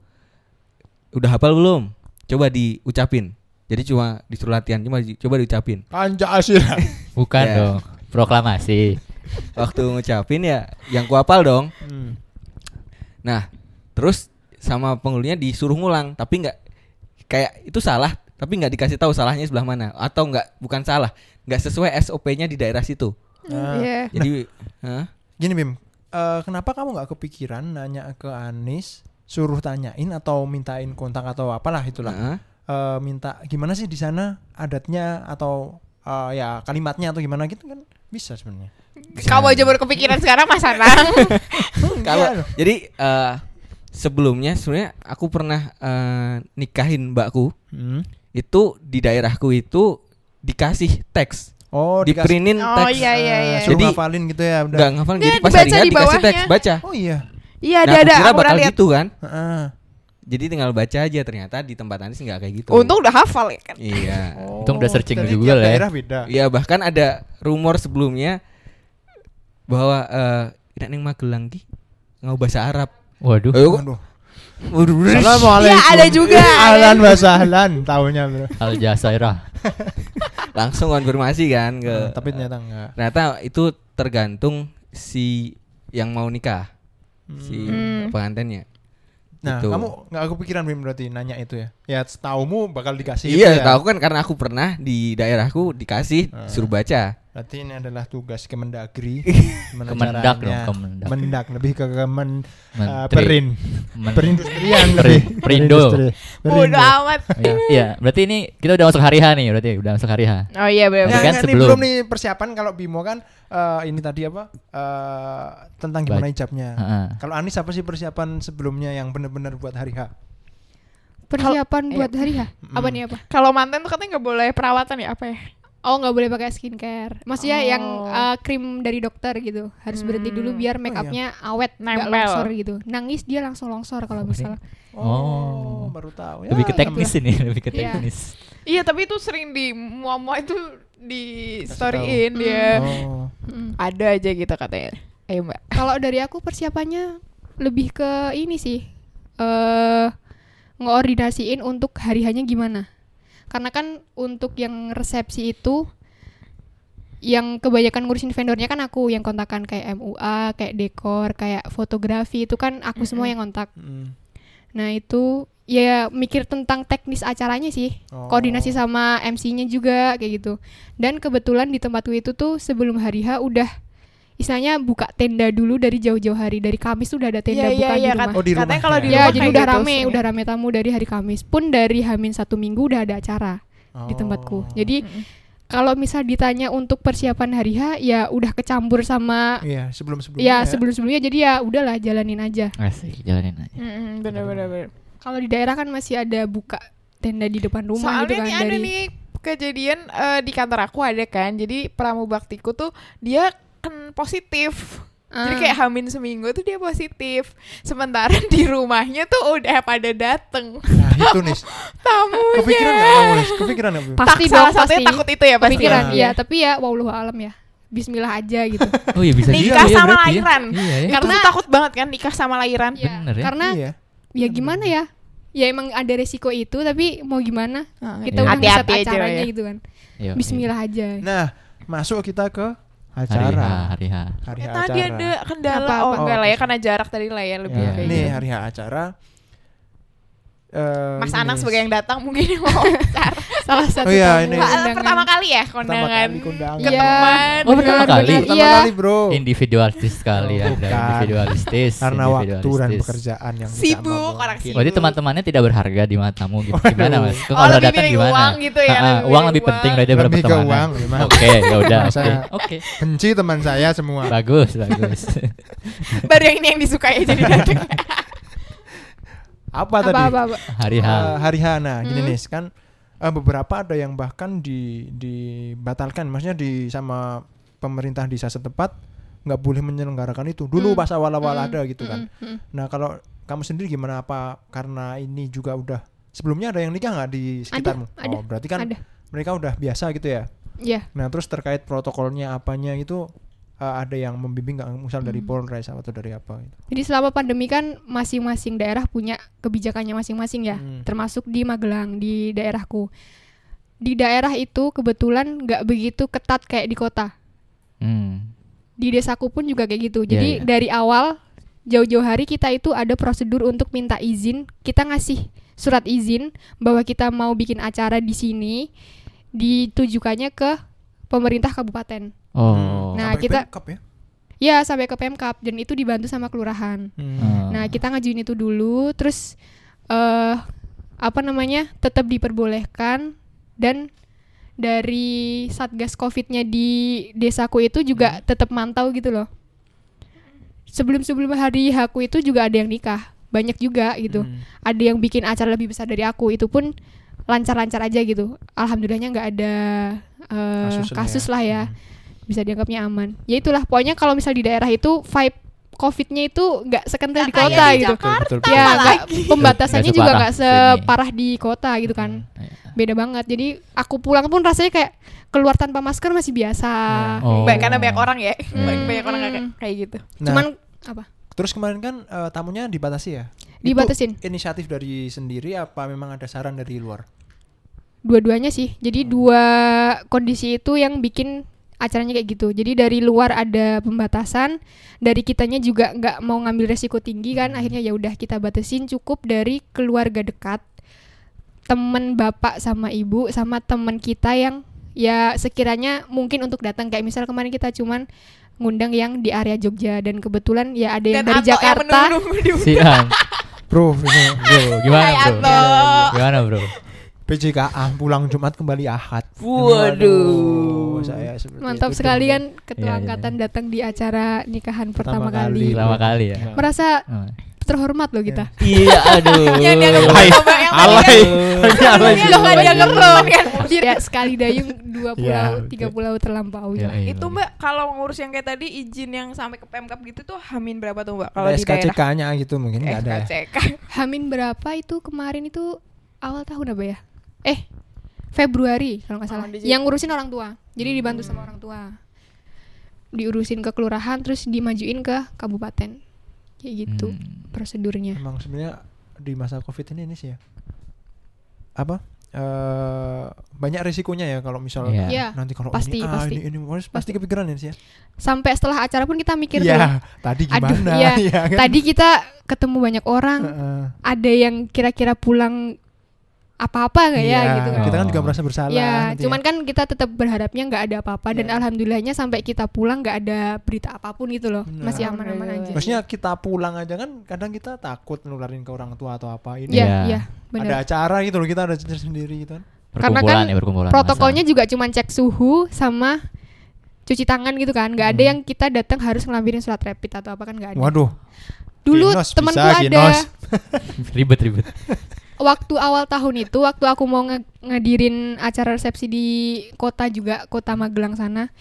udah hafal belum coba diucapin jadi cuma disuruh latihan cuma di- coba diucapin
Pancasila.
Bukan
Ya.
dong. Proklamasi.
waktu ngucapin ya yang ku hafal dong
Hmm.
Nah, terus sama penghulunya disuruh ngulang, tapi nggak kayak itu salah, tapi nggak dikasih tahu salahnya sebelah mana atau nggak bukan salah, nggak sesuai SOP-nya di daerah situ.
Eh,
Nah,
Iya.
Jadi, hah?
Gini, Bim. Eh, kenapa kamu nggak kepikiran nanya ke Anis suruh tanyain atau mintain kontak atau apalah itulah
Hah?
Eh, minta gimana sih di sana adatnya atau eh, ya kalimatnya atau gimana gitu kan Bisa sebenarnya.
Bisa.
Kamu aja baru kepikiran sekarang Mas Anang.
Iya
Kalau jadi eh, sebelumnya sebenarnya aku pernah eh, nikahin mbakku
Hmm.
itu di daerahku itu dikasih teks,
Oh,
di
dikasih-
printin
Oh,
teks.
iya, iya, iya.
Eh, suruh
Jadi
ngafalin gitu ya udah.
Enggak ngafalin jadi
Nggak,
pas
dibaca
hari kan
di
dikasih
bawahnya.
teks baca.
Oh iya.
Iya,
Nah,
ada ada
aku kira
aku udah
bakal
lihat.
gitu kan.
Heeh.
Jadi tinggal baca aja ternyata di tempat Anies nggak kayak gitu.
Untung udah hafal ya kan.
Iya.
Untung
Oh,
udah
Jadi
searching di
tiap
Google ya.
Daerah beda.
Iya bahkan ada rumor sebelumnya bahwa eh ini neng Magelang ki ngau bahasa Arab.
Waduh.
Eh, kok-
Aduh.
Iya, ada juga.
Ahlan wa sahlan tahunya bro.
Al Jazairah.
Langsung konfirmasi kan
Eh,
ke
tapi ternyata enggak.
ternyata itu tergantung si yang mau nikah si
Hmm.
pengantinnya.
Nah,
Gitu.
kamu enggak aku pikiran Bim berarti nanya itu ya. Ya setaumu bakal dikasih itu
Iya,
ya.
tahu kan karena aku pernah di daerahku dikasih
Ah.
suruh baca.
Berarti ini adalah tugas Kemendagri. gimana
Kemendak
caranya.
dong, Kemendak.
Mendak lebih ke kemen eh,
Menteri.
perin.
Men-
Perindustrian
Perin-
lebih.
Perindo.
Perindustri.
Bodoh
Perindo.
amat.
Iya, iya, berarti ini kita udah masuk hari H nih, berarti udah masuk hari H.
Oh iya benar.
Nah,
Tapi kan
nah,
sebelum.
Ini belum nih persiapan kalau Bimo kan eh, ini tadi apa eh, tentang gimana
Baik.
hijabnya.
Heeh.
Kalau Anis apa sih persiapan sebelumnya yang benar-benar buat hari H?
Persiapan
Iya.
buat hari H. Apa nih apa?
Kalau mantan tuh katanya nggak boleh perawatan ya apa ya?
Oh nggak boleh pakai skincare. Maksudnya yang
Oh.
uh, krim dari dokter gitu harus berhenti dulu biar make upnya awet, nggak
Nempel.
longsor gitu. Nangis dia langsung longsor kalau misal.
Oh.
baru tahu. ya.
Lebih ke teknis ini, lebih ke
Iya.
teknis.
Iya, tapi itu sering di muamua itu di
Kasih
storyin dia.
Oh.
Mm.
Ada aja gitu katanya. Ayo Mbak.
Kalau dari aku persiapannya lebih ke ini sih eh ngeordinasiin untuk hari hanya gimana. Karena kan untuk yang resepsi itu yang kebanyakan ngurusin vendornya kan aku yang kontakan kayak MUA, kayak dekor, kayak fotografi itu kan aku semua yang kontak.
Mm.
Nah itu ya mikir tentang teknis acaranya sih,
Oh.
koordinasi sama MC-nya juga kayak gitu. Dan kebetulan di tempatku itu tuh sebelum hari H udah istilahnya buka tenda dulu dari jauh-jauh hari dari Kamis tuh udah ada tenda buka di rumah.
Iya, kat-
Oh, di rumah
katanya kalau
ya.
di
ya
rumah
jadi
kayak
udah
gitu
rame,
sih.
udah rame tamu dari hari Kamis pun dari Hamin satu minggu udah ada acara di
Oh.
tempatku. Jadi
Mm-mm.
kalau misal ditanya untuk persiapan hari H ya udah kecampur sama
Iya, sebelum-sebelumnya.
ya sebelum-sebelumnya jadi ya udahlah jalanin aja.
Asik, jalanin aja.
Mm-mm, bener bener bener.
Kalau di daerah kan masih ada buka tenda di depan
Soalnya
rumah gitu kan
nih ada
dari
nih kejadian eh, di kantor aku ada kan. Jadi pramu baktiku tuh dia kan positif. Jadi
Ah.
kayak hamin seminggu tuh dia positif. Sementara di rumahnya tuh udah pada dateng
Nah, itu nis.
tamunya.
Kepikiran enggak
ya?
kamu, Nis? Kepikiran enggak? Bim?
Pa-
Tak,
Pasti
salah
dong,
satunya
pasti.
takut itu ya pasti.
pikiran
Iya.
Nah.
ya tapi ya wallahu alam ya bismillah aja gitu
Oh iya bisa juga
Nikah
ya,
sama
berarti ya.
lahiran.
Iya ya.
Karena
Itu-
takut banget kan nikah sama lahiran.
ya,
Bener ya.
karena
Iya.
ya gimana ya ya emang ada resiko itu tapi mau gimana
Iya.
kita udah ngeset
Ah, gitu. Hati-hati aja
acaranya
ya.
gitu kan
Iya, iya.
bismillah aja
Nah, masuk kita ke
Hari H,
acara.
hari H.
Hari
Eh,
H
tadi ada
acara.
kendala
Apa-apa.
oh enggak lah ya
Oh,
karena jarak tadi lah ya lebih
Ya,
Iya, Iya,
kayak
Ini
gitu.
hari H acara. Eh,
Mas
ini,
Anang
Iya.
Nis.
sebagai yang datang mungkin yang mau bicara.
salah satu
Oh iya,
tamu
ini-
Pak,
undangan.
pertama kali ya
Pertama
kondangan.
kali kondangan.
Iya.
Ketemuan.
Oh, pertama
Benar,
kali?
benar,
Pertama
iya
kali, Bro.
Individualis sekali
Oh,
Anda,
bukan.
individualis.
Karena waktu dan
individualis.
pekerjaan yang tidak
Sibuk,
memungkinkan.
orang sibuk.
Berarti teman-temannya tidak berharga di matamu gitu. Gimana Mas? Kok
Oh,
kalau
lebih
datang
milih
gimana?
uang gitu ya,
Ah, ah,
lebih
uang
milih
lebih
uang.
penting daripada
Lebih ke
pertemanan.
uang, memang.
Oke, ya udah. Oke.
Masa-
Oke.
Benci teman saya semua.
Bagus, bagus.
Baru yang ini yang disukai jadi datang.
Apa
apa,
tadi?
apa, apa.
Hari H.
Eh, hari H. Nah, gini
Hmm.
nih, kan eh, beberapa ada yang bahkan di dibatalkan, maksudnya di sama pemerintah desa setempat nggak boleh menyelenggarakan itu. Dulu
Hmm.
pas awal-awal ada gitu kan. Nah, kalau kamu sendiri gimana apa karena ini juga udah sebelumnya ada yang nikah nggak di sekitarmu?
ada,
oh, berarti kan
ada.
mereka udah biasa gitu ya.
ya
Nah, terus terkait protokolnya apanya itu eh, ada yang membimbing nggak misal dari
Hmm.
Polres atau dari apa gitu.
jadi selama pandemi kan masing-masing daerah punya kebijakannya masing-masing ya
Hmm.
termasuk di Magelang di daerahku di daerah itu kebetulan nggak begitu ketat kayak di kota
Hmm.
di desaku pun juga kayak gitu.
Iya,
Jadi
iya.
dari awal jauh-jauh hari kita itu ada prosedur untuk minta izin. Kita ngasih surat izin bahwa kita mau bikin acara di sini ditujukannya ke pemerintah kabupaten.
Oh.
Nah,
Sampai
kita-
backup ya.
Ya, sampai ke Pemkap dan itu dibantu sama kelurahan.
Hmm.
Hmm.
Nah, kita ngajuin itu dulu terus eh apa namanya? tetap diperbolehkan dan dari satgas covidnya di desaku itu juga tetap mantau gitu loh sebelum sebelum hari aku itu juga ada yang nikah banyak juga gitu
Hmm.
ada yang bikin acara lebih besar dari aku itu pun lancar-lancar aja gitu alhamdulillahnya nggak ada eh,
Kasusnya
kasus
ya.
lah ya bisa dianggapnya aman ya itulah pokoknya kalau misal di daerah itu vibe covidnya itu nggak sekental di kota
Kayak di
gitu
Jakarta
Betul, betul,
ya
malah.
nggak pembatasannya juga
separah
nggak separah di kota gitu kan beda banget jadi aku pulang pun rasanya kayak keluar tanpa masker masih biasa
Oh.
Ba- karena banyak orang ya
Hmm.
banyak orang kayak kayak gitu
Nah,
cuman apa
terus kemarin kan eh, tamunya dibatasi ya? Itu
Dibatasin.
inisiatif dari sendiri apa memang ada saran dari luar?
dua-duanya sih jadi dua kondisi itu yang bikin acaranya kayak gitu jadi dari luar ada pembatasan dari kitanya juga nggak mau ngambil resiko tinggi kan akhirnya ya udah kita batasin cukup dari keluarga dekat temen bapak sama ibu sama temen kita yang ya sekiranya mungkin untuk datang kayak misal kemarin kita cuman ngundang yang di area Jogja dan kebetulan ya ada yang
Dan
dari
Anto yang
Jakarta
menunggu-nunggu di
Si An.
Bro, ini
Bro, gimana
Hai,
bro?
Anto.
Gimana bro?
PJKA pulang Jumat kembali Ahad.
Waduh.
saya seperti
mantap
itu
sekali
dulu.
kan ketua
Iya, iya.
angkatan datang di acara nikahan pertama,
Pertama
kali.
kali.
Pertama kali ya.
Iya.
merasa
Oh.
terhormat loh kita
Iya, aduh.
Yang dianggap
Hai.
pertama yang tadi kan.
Alay.
Yang
Alay.
tadi kan dianggap pertama kan.
ya sekali dayung
Iya,
dua pulau
betul.
tiga pulau ya. terlampaui
Iya,
lah.
iya,
itu
bener.
mbak kalau ngurus yang kayak tadi izin yang sampai ke Pemkap gitu tuh hamin berapa tuh mbak kalau
Ada
di daerah Eh,
SKCK-nya gitu mungkin nggak ada. ya?
SKCK
Hamin berapa itu kemarin itu awal tahun apa ya? Eh Februari kalau nggak salah.
Oh, di- Hmm.
Yang ngurusin orang tua. Jadi dibantu sama orang tua. Diurusin ke kelurahan terus dimajuin ke kabupaten. Kayak gitu
Hmm.
prosedurnya.
Emang sebenarnya di masa Covid ini ini sih ya. Apa? Eh, banyak risikonya ya kalau misal
Iya.
Ya,
nanti kalau
Pasti,
ini, ah,
pasti.
ini ini harus pasti kepikiran ini sih ya.
sampai setelah acara pun kita mikir tuh.
Iya, tadi gimana?
Aduh, iya.
Iya kan?
Tadi kita ketemu banyak orang,
Heeh.
ada yang kira-kira pulang apa-apa nggak ya
Iya,
gitu kan.
Kita kan juga
Oh.
merasa bersalah.
Ya,
nanti
cuman kan kita tetap berharapnya nggak ada apa-apa
Ya.
dan alhamdulillahnya sampai kita pulang nggak ada berita apapun itu loh,
Benar. Iya,
masih aman-aman aja.
Alhamdulillah.
Maksudnya kita pulang aja kan kadang kita takut nularin ke orang tua atau apa ini. ya.
Iya,
Iya.
iya,
Ada
benar.
acara gitu loh kita ada cerita sendiri gitu kan.
Karena
Perkumpulan
kan
ya, perkumpulan
Protokolnya juga cuman cek suhu sama cuci tangan gitu kan, nggak ada yang kita datang harus ngelampirin surat rapid atau apa kan nggak ada.
Hmm. Waduh.
Dulu
ginos,
temanku
bisa,
ada
ginos.
masa. ribet-ribet.
waktu awal tahun itu waktu aku mau nge- ngadirin acara resepsi di kota juga kota Magelang sana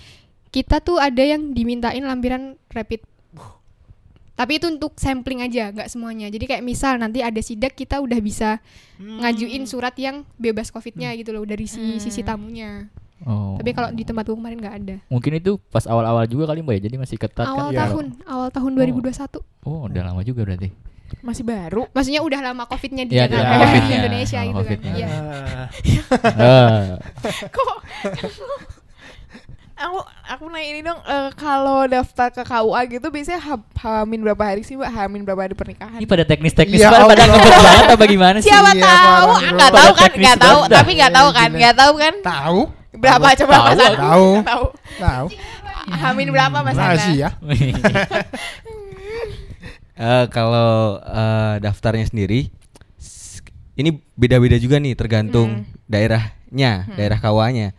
kita tuh ada yang dimintain lampiran rapid tapi itu untuk sampling aja nggak semuanya jadi kayak misal nanti ada sidak kita udah bisa
Hmm.
ngajuin surat yang bebas covidnya gitu loh dari si sisi tamunya
Oh.
tapi kalau di tempatku kemarin nggak ada
mungkin itu pas awal-awal juga kali Mbak ya. Jadi masih ketat kan.
awal
Iya.
tahun awal tahun
Oh.
2021
Oh, udah lama juga berarti.
masih baru
maksudnya udah lama covidnya di,
Iya,
Jakarta,
udah lama
di
covidnya,
Indonesia
lama
gitu kan
covidnya.
Iya.
Ah,
Eh,
kok aku aku nanya ini dong eh, kalau daftar ke KUA gitu biasanya ha- hamin berapa hari sih mbak hamin berapa hari pernikahan
ini pada teknis-teknis
Ya
banget, pada
Allah.
ngebet banget apa gimana sih?
siapa
Iya,
tahu
parah,
Ah,
bro.
nggak tahu kan
Teknis
nggak tahu
banget.
tapi nggak tahu kan nggak tahu kan
tahu?
berapa coba
Tahu,
mas Ana?
tahu.
Nggak tahu
Tahu.
hamin berapa mas Ana?
Rahasia. ya.
Eh, kalau eh, daftarnya sendiri s- ini beda-beda juga nih tergantung
Hmm.
daerahnya, daerah kawanya.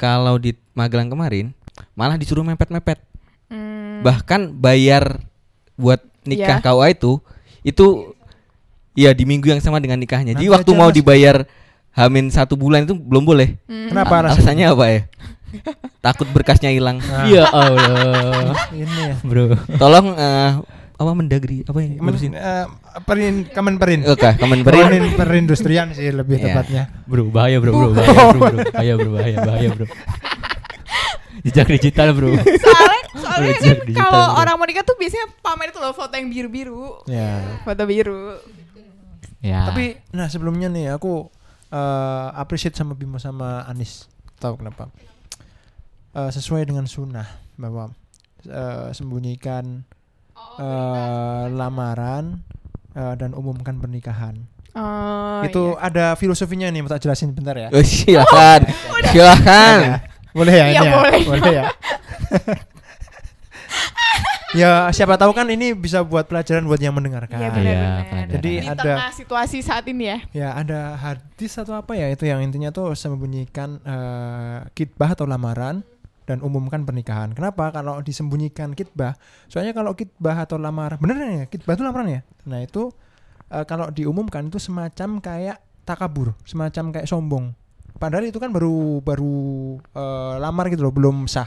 Kalau di Magelang kemarin malah disuruh mepet-mepet.
Hmm,
Bahkan bayar buat
Iya.
nikah KUA itu itu ya di minggu yang sama dengan nikahnya. Jadi
Nanti
waktu
aja,
mau
Mas.
dibayar Hamin satu bulan itu belum boleh.
Hmm.
Kenapa rasanya?
A-
Nah,
Alasannya apa ya? Takut berkasnya hilang.
Iya.
Ya Allah.
Ini ya.
Bro.
Tolong eh, apa mendagri apa yang
Men,
ngurusin?
eh, perin kemenperin.
Oke, Kemenperin.
Perin perindustrian sih lebih
Iya.
tepatnya.
Bro, bahaya bro, bro, bahaya bro, bro. bahaya bro, bahaya, bahaya bro. Jejak digital bro.
soalnya soalnya
Belajar
kan
digital,
kalau
bro.
orang mau nikah tuh biasanya pamer itu loh foto yang biru biru
Ya.
foto biru
Ya.
Tapi nah sebelumnya nih aku eh, appreciate sama Bimo sama Anis. Tahu kenapa? Eh, sesuai dengan sunnah bahwa eh, sembunyikan
Oh,
eh, lamaran eh, dan umumkan pernikahan.
Oh,
Itu ada filosofinya nih mau tak jelasin bentar ya.
Oh, silakan. silakan.
Boleh ya
Iya,
ini ya?
boleh.
Boleh ya. ya siapa tahu kan ini bisa buat pelajaran buat yang mendengarkan.
Iya
benar.
benar-benar.
Jadi
Di
ada-
tengah situasi saat ini ya.
Ya ada hadis atau apa ya itu yang intinya tuh sembunyikan eh, kitbah atau lamaran dan umumkan pernikahan. Kenapa? Kalau disembunyikan kitbah, soalnya kalau kitbah atau lamaran, bener ya kitbah itu lamaran ya. Nah itu eh, kalau diumumkan itu semacam kayak takabur, semacam kayak sombong. Padahal itu kan baru baru eh, lamar gitu loh, belum sah.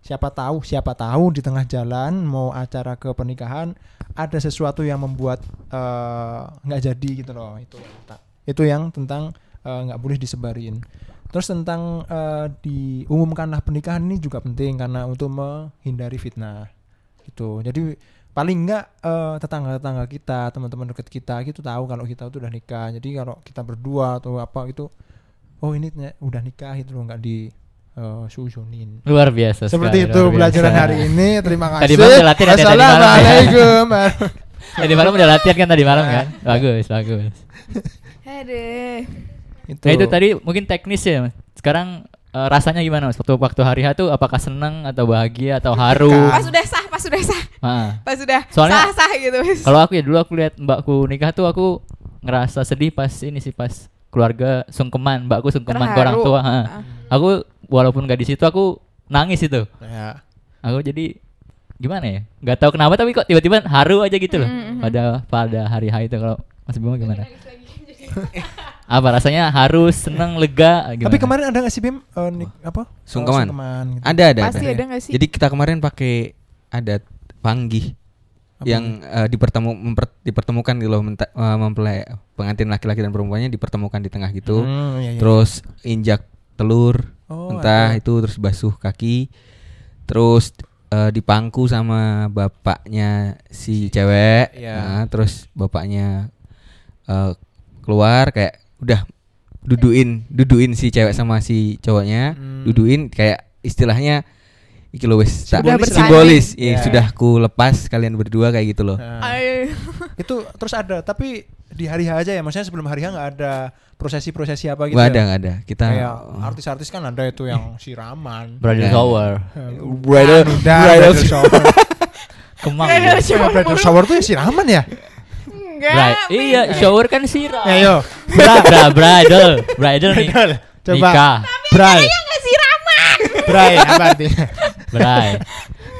Siapa tahu, siapa tahu di tengah jalan mau acara ke pernikahan ada sesuatu yang membuat eh, nggak jadi gitu loh itu Ta- itu yang tentang eh, nggak boleh disebarin terus tentang eh, diumumkanlah pernikahan ini juga penting karena untuk menghindari fitnah gitu jadi paling nggak eh, tetangga-tetangga kita teman-teman dekat kita gitu tahu kalau kita tuh udah nikah jadi kalau kita berdua atau apa gitu oh ini ternyata udah nikah gitu loh nggak di eh, susunin
Luar biasa.
seperti
sekali,
itu
luar biasa.
pelajaran hari ini terima kasih Nah,
Tadi malam udah latihan ya, tadi malam ya.
Assalamualaikum
Tadi malam udah latihan kan tadi malam kan?
Iya.
Bagus, bagus.
Aduh.
itu,
Nah itu tadi mungkin teknis ya. Mas. Sekarang eh, rasanya gimana mas? Waktu waktu hari H tuh apakah senang atau bahagia atau haru?
Kan.
Pas sudah sah, pas sudah sah,
Ah.
pas sudah
Soalnya-
sah sah gitu.
Kalau aku ya dulu aku lihat mbakku nikah tuh aku ngerasa sedih pas ini sih pas keluarga sungkeman, mbakku sungkeman ke orang
Terharu.
tua. ah. Aku walaupun gak di situ aku nangis itu.
Ya.
Aku jadi gimana ya? Gak tahu kenapa tapi kok tiba-tiba haru aja gitu loh. Pada pada hari H itu kalau Mas Bimo gimana? Apa rasanya haru, seneng, lega? Gimana?
Tapi kemarin ada nggak sih Bim eh, nik- apa? Oh,
Sungkeman.
gitu.
Ada ada.
Pasti ada nggak sih?
Jadi kita kemarin pakai adat panggih yang eh, dipertemu memper- dipertemukan gitu loh menta- eh, mempelai pengantin laki-laki dan perempuannya dipertemukan di tengah gitu.
Hmm, iya, iya.
Terus injak telur
Oh,
entah
ada.
itu terus basuh kaki. Terus eh, dipangku sama bapaknya si cewek.
Iya.
Nah, terus bapaknya eh, keluar kayak udah duduin duduin si cewek sama si cowoknya
Hmm.
duduin kayak istilahnya iki lo wis tak-
Sudah bertanding.
simbolis ya,
Ya.
sudah ku lepas kalian berdua kayak gitu loh
Nah,
Aduh.
itu terus ada tapi di hari H aja ya. Maksudnya sebelum hari H nggak ada prosesi-prosesi apa gitu.
nggak ada
ya?
nggak ada kita
Kayak artis-artis kan ada itu yang siraman.
Bridal
Ya.
shower,
bridal
Dan bridal shower.
kemang.
Bridal
ya?
Eh, bridal shower tuh ya siraman ya?
Enggak.
Bri- iya, shower kan siram.
Ayo,
Bra, bra, bridal, bridal nih.
coba.
Nikah,
Bray,
Enggak siraman.
Bray apa artinya?
bray,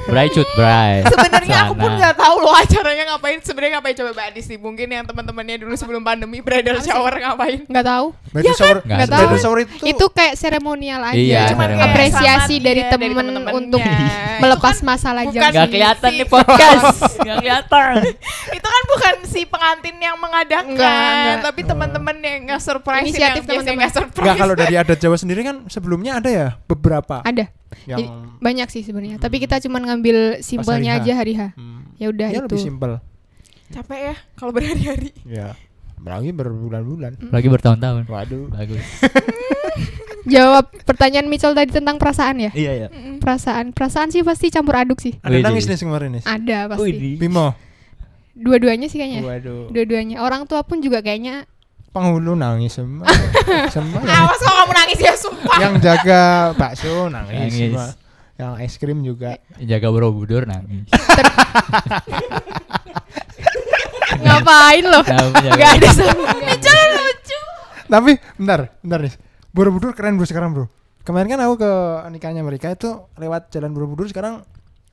bray cut, bray.
Sebenarnya aku pun
Sana.
nggak tahu loh acaranya ngapain. Sebenarnya ngapain coba Mbak Adis sih. Mungkin yang teman-temannya dulu sebelum pandemi bridal shower ngapain.
nggak tahu Iya kan?
Bridal shower,
Nggak
nggak tahu
bridal shower itu,
itu kayak seremonial aja
Iya,
Cuman
seremonial.
kayak apresiasi
selamat,
dari
iya, dari
temen
temen-temennya.
untuk
Itu
melepas
kan
masalah
bukan
jauh
Nggak
sih.
kelihatan nih podcast. Nggak kelihatan.
itu kan bukan si pengantin yang mengadakan,
Enggak, enggak.
tapi teman-teman yang nggak surprise
Inisiatif
yang biasanya
teman-teman.
nggak surprise.
Nggak, kalau dari adat Jawa sendiri kan sebelumnya ada ya beberapa
ada
yang Hmm.
Jadi, banyak sih sebenarnya tapi kita cuman ngambil simpelnya
H.
aja hari H
hmm,
ya udah
ya
itu
lebih simpel.
capek ya kalau berhari-hari.
Ya. Apalagi berbulan-bulan.
Lagi bertahun-tahun.
Waduh.
Bagus.
jawab pertanyaan Michel tadi tentang perasaan ya
Iya, iya.
perasaan perasaan sih pasti campur aduk sih
Ada
Widih.
nangis nih kemarin nih.
ada pasti
Bimo.
dua-duanya sih
iya.
kayaknya
Waduh.
dua-duanya orang tua pun juga kayaknya
Penghulu nangis semua. semua yang,
Awas kalau kamu nangis ya sumpah.
yang jaga bakso nangis,
Nangis.
semua. Yang es krim juga.
Jaga Borobudur nangis.
ngapain loh
Kenapa jaga-
nggak ada sama
lucu.
Tapi bentar, bentar nih. Borobudur keren bro sekarang bro. Kemarin kan aku ke nikahnya mereka itu lewat jalan Borobudur sekarang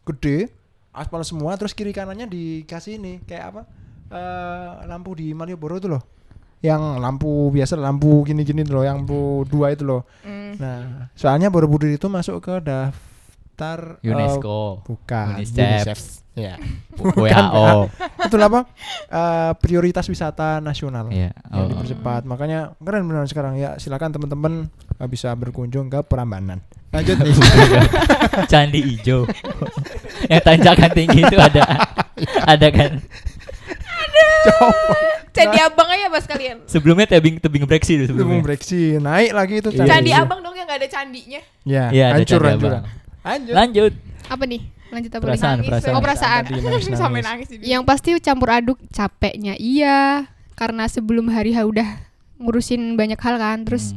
gede aspal semua terus kiri kanannya dikasih ini kayak apa eh, lampu di Malioboro itu loh yang lampu biasa lampu gini-gini tuh loh yang lampu dua itu loh
Hmm.
Nah, soalnya Borobudur itu masuk ke daftar eh,
UNESCO.
bukan
UNICEF.
Ya.
WHO.
Itu apa? Eh, prioritas wisata nasional.
Iya.
Yang
oh.
dipercepat. Makanya keren beneran sekarang ya. Silakan teman-teman eh, bisa berkunjung ke Prambanan. Lanjut
Iya,
nih.
Candi Ijo. Yang tanjakan tinggi itu ada ada kan.
Coba.
Candi abang aja mas kalian.
Sebelumnya tebing tebing breksi
Itu
itu
mau
sebelumnya.
breksi. Naik lagi itu
Iya,
Candi
iya.
abang dong yang nggak ada candinya.
Ya,
Iya, ada
hancur
Candi
hancur.
Abang.
Lanjut.
Lanjut.
apa nih lanjut apa nih?
Perasaan,
Nangis,
perasaan.
oh perasaan
Tadi nangis-nangis.
Sampai nangis ini.
yang pasti campur aduk capeknya iya karena sebelum hari H udah ngurusin banyak hal kan terus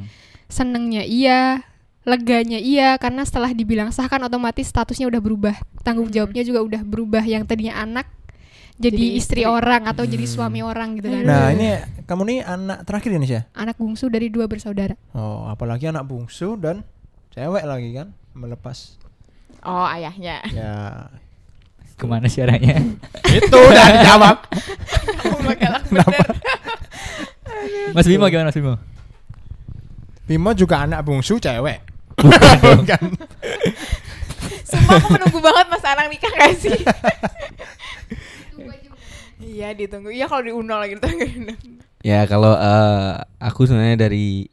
senengnya iya leganya iya karena setelah dibilang sah kan otomatis statusnya udah berubah tanggung
Hmm.
jawabnya juga udah berubah yang tadinya anak jadi,
Jadi istri.
istri, orang atau jadi
Hmm.
suami orang gitu kan
Nah ini kamu nih anak terakhir ya Nisha?
anak bungsu dari dua bersaudara
Oh apalagi anak bungsu dan cewek lagi kan melepas
Oh ayahnya.
ya
Kemana siarannya?
itu udah dijawab
Aku galak bener.
Mas Bimo gimana Mas Bimo?
Bimo juga anak bungsu cewek Kan. Bukan.
Sumpah aku menunggu banget Mas Anang nikah gak sih? Iya ditunggu. Iya kalau diundang lagi ditunggu.
Ya kalau eh, aku sebenarnya dari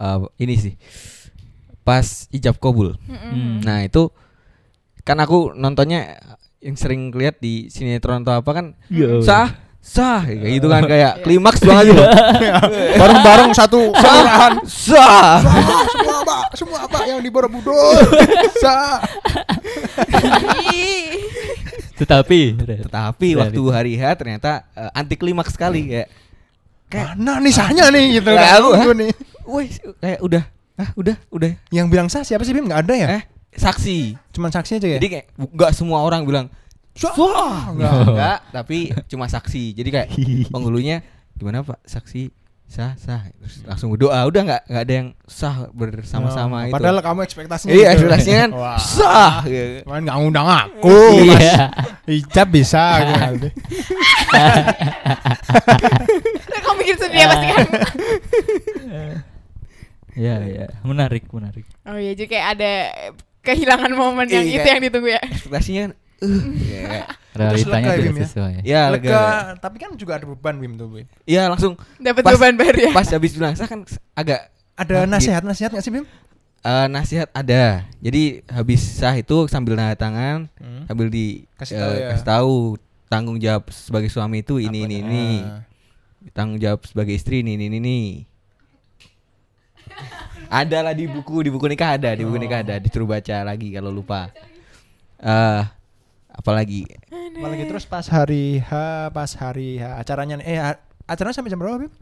eh, ini sih pas ijab kabul.
Hmm.
Nah itu kan aku nontonnya yang sering lihat di sinetron atau apa kan
Oh.
Yo.
sah sah kayak gitu kan
Iya.
kayak klimaks banget gitu.
bareng-bareng satu
Sah sah.
Sah, semua apa semua apa yang di Borobudur sah
Ih.
Tetapi
Tetapi
Realita.
waktu hari H ternyata eh, anti klimaks sekali kayak kayak
mana nih sahnya nih gitu
Lah,
kan
aku,
Tunggu
hah?
nih
wih kayak udah ah udah udah
yang bilang sah siapa sih Bim nggak ada ya
eh saksi.
cuman saksi aja ya
Jadi kayak bu- nggak semua orang bilang
sah
enggak,
nggak.
enggak, tapi cuma saksi. Jadi kayak penggulunya gimana Pak? Saksi sah sah Terus langsung berdoa udah nggak nggak ada yang sah bersama-sama
Oh,
itu.
padahal kamu ekspektasinya
iya
gitu.
ekspektasinya kan
Wah.
sah. gitu.
Cuman nggak ngundang aku Mas.
Iya.
Ijab bisa gitu. aku nanti.
Kamu bikin sendiri ya pasti kan.
Ya ya, menarik menarik.
Oh iya jadi kayak ada kehilangan momen yang
Iya.
itu yang ditunggu ya.
Ekspektasinya kan eh, ya, kayak,
Realitanya
lega,
tidak
Bim, ya.
sesuai.
ya lega.
Lega, tapi kan juga ada beban Bim tuh Bim.
Ya langsung
Dapat
Pas-
beban baru
Eh.
ya.
pas habis bilang sah kan agak
Ada
Hah,
nasihat-nasihat nggak sih Bim?
eh, nasihat ada. Jadi habis sah itu sambil nanda tangan, sambil di
Hmm. Kasih
eh,
tahu ya.
kasih tahu tanggung jawab sebagai suami itu ini
Apanya?
ini ini.
Nah.
tanggung jawab sebagai istri nih nih nih nih ada lah di buku di buku nikah ada di buku nikah ada disuruh baca lagi kalau lupa eh apalagi
Apalagi terus pas hari H, pas hari H acaranya nih. Eh ha- acaranya sampai jam berapa Bim?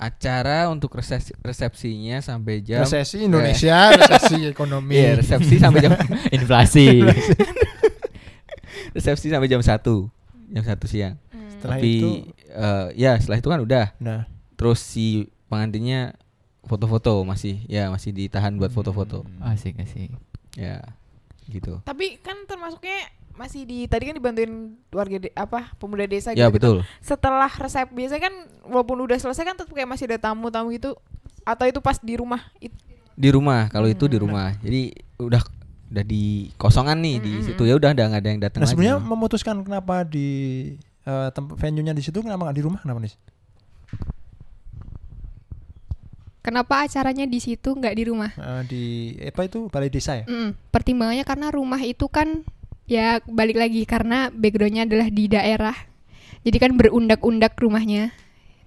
acara untuk resepsi, resepsinya sampai jam ya.
Resesi Indonesia, resesi ekonomi.
Iya, resepsi sampai jam
Inflasi.
resepsi sampai jam satu jam satu siang
Setelah
tapi
itu
eh, ya setelah itu kan udah
nah,
terus si pengantinnya foto-foto masih ya masih ditahan buat foto-foto
Hmm.
asik asik.
ya gitu
Tapi kan termasuknya masih di tadi kan dibantuin warga de- apa pemuda desa gitu.
ya betul
Setelah resep biasanya kan walaupun udah selesai kan tetap kayak masih ada tamu-tamu gitu atau itu pas di rumah itu
di rumah kalau itu
Hmm.
di rumah jadi udah udah di kosongan nih di
Hmm.
situ ya udah udah nggak ada yang datang
nah
lagi ya.
sebenarnya memutuskan kenapa di eh, tempat venue-nya di situ kenapa nggak di rumah kenapa nih?
kenapa acaranya di situ nggak di rumah
Eh, di apa itu balai desa ya?
Mm, pertimbangannya karena rumah itu kan ya balik lagi karena backgroundnya adalah di daerah jadi kan berundak-undak rumahnya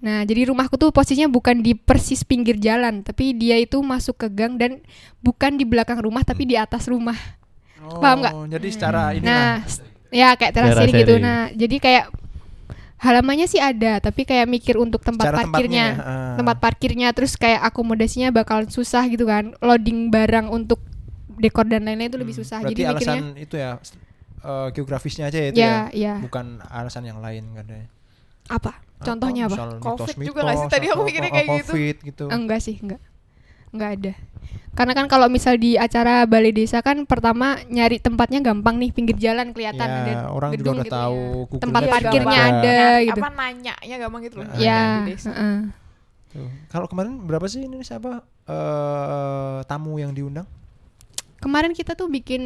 nah jadi rumahku tuh posisinya bukan di persis pinggir jalan tapi dia itu masuk ke gang dan bukan di belakang rumah tapi di atas rumah Paham nggak?
Oh, Jadi secara ini
nah s- ya kayak teras
Teras
sharing gitu
sharing.
nah jadi kayak halamannya sih ada tapi kayak mikir untuk tempat
Secara
parkirnya
tempatnya, ah.
tempat parkirnya terus kayak akomodasinya bakalan susah gitu kan loading barang untuk dekor dan lain-lain itu lebih
Hmm,
susah
Berarti
jadi
alasan
mikirnya
itu ya s- eh, geografisnya aja ya itu
ya
ya.
ya
Bukan alasan yang lain kan ya.
apa contohnya apa
Covid juga nggak sih? Tadi aku mikirnya kayak gitu.
COVID gitu.
enggak sih enggak enggak ada karena kan kalau misal di acara balai desa kan pertama nyari tempatnya gampang nih pinggir jalan kelihatan
Ya,
ada
orang juga
gedung
udah
gitu
tahu
ya.
Google
tempat
Maps juga
parkirnya
ada.
ada gitu
apa nanyanya gampang gitu loh.
ya
Di desa.
heeh.
Tuh. Kalau kemarin berapa sih ini siapa eh tamu yang diundang?
kemarin kita tuh bikin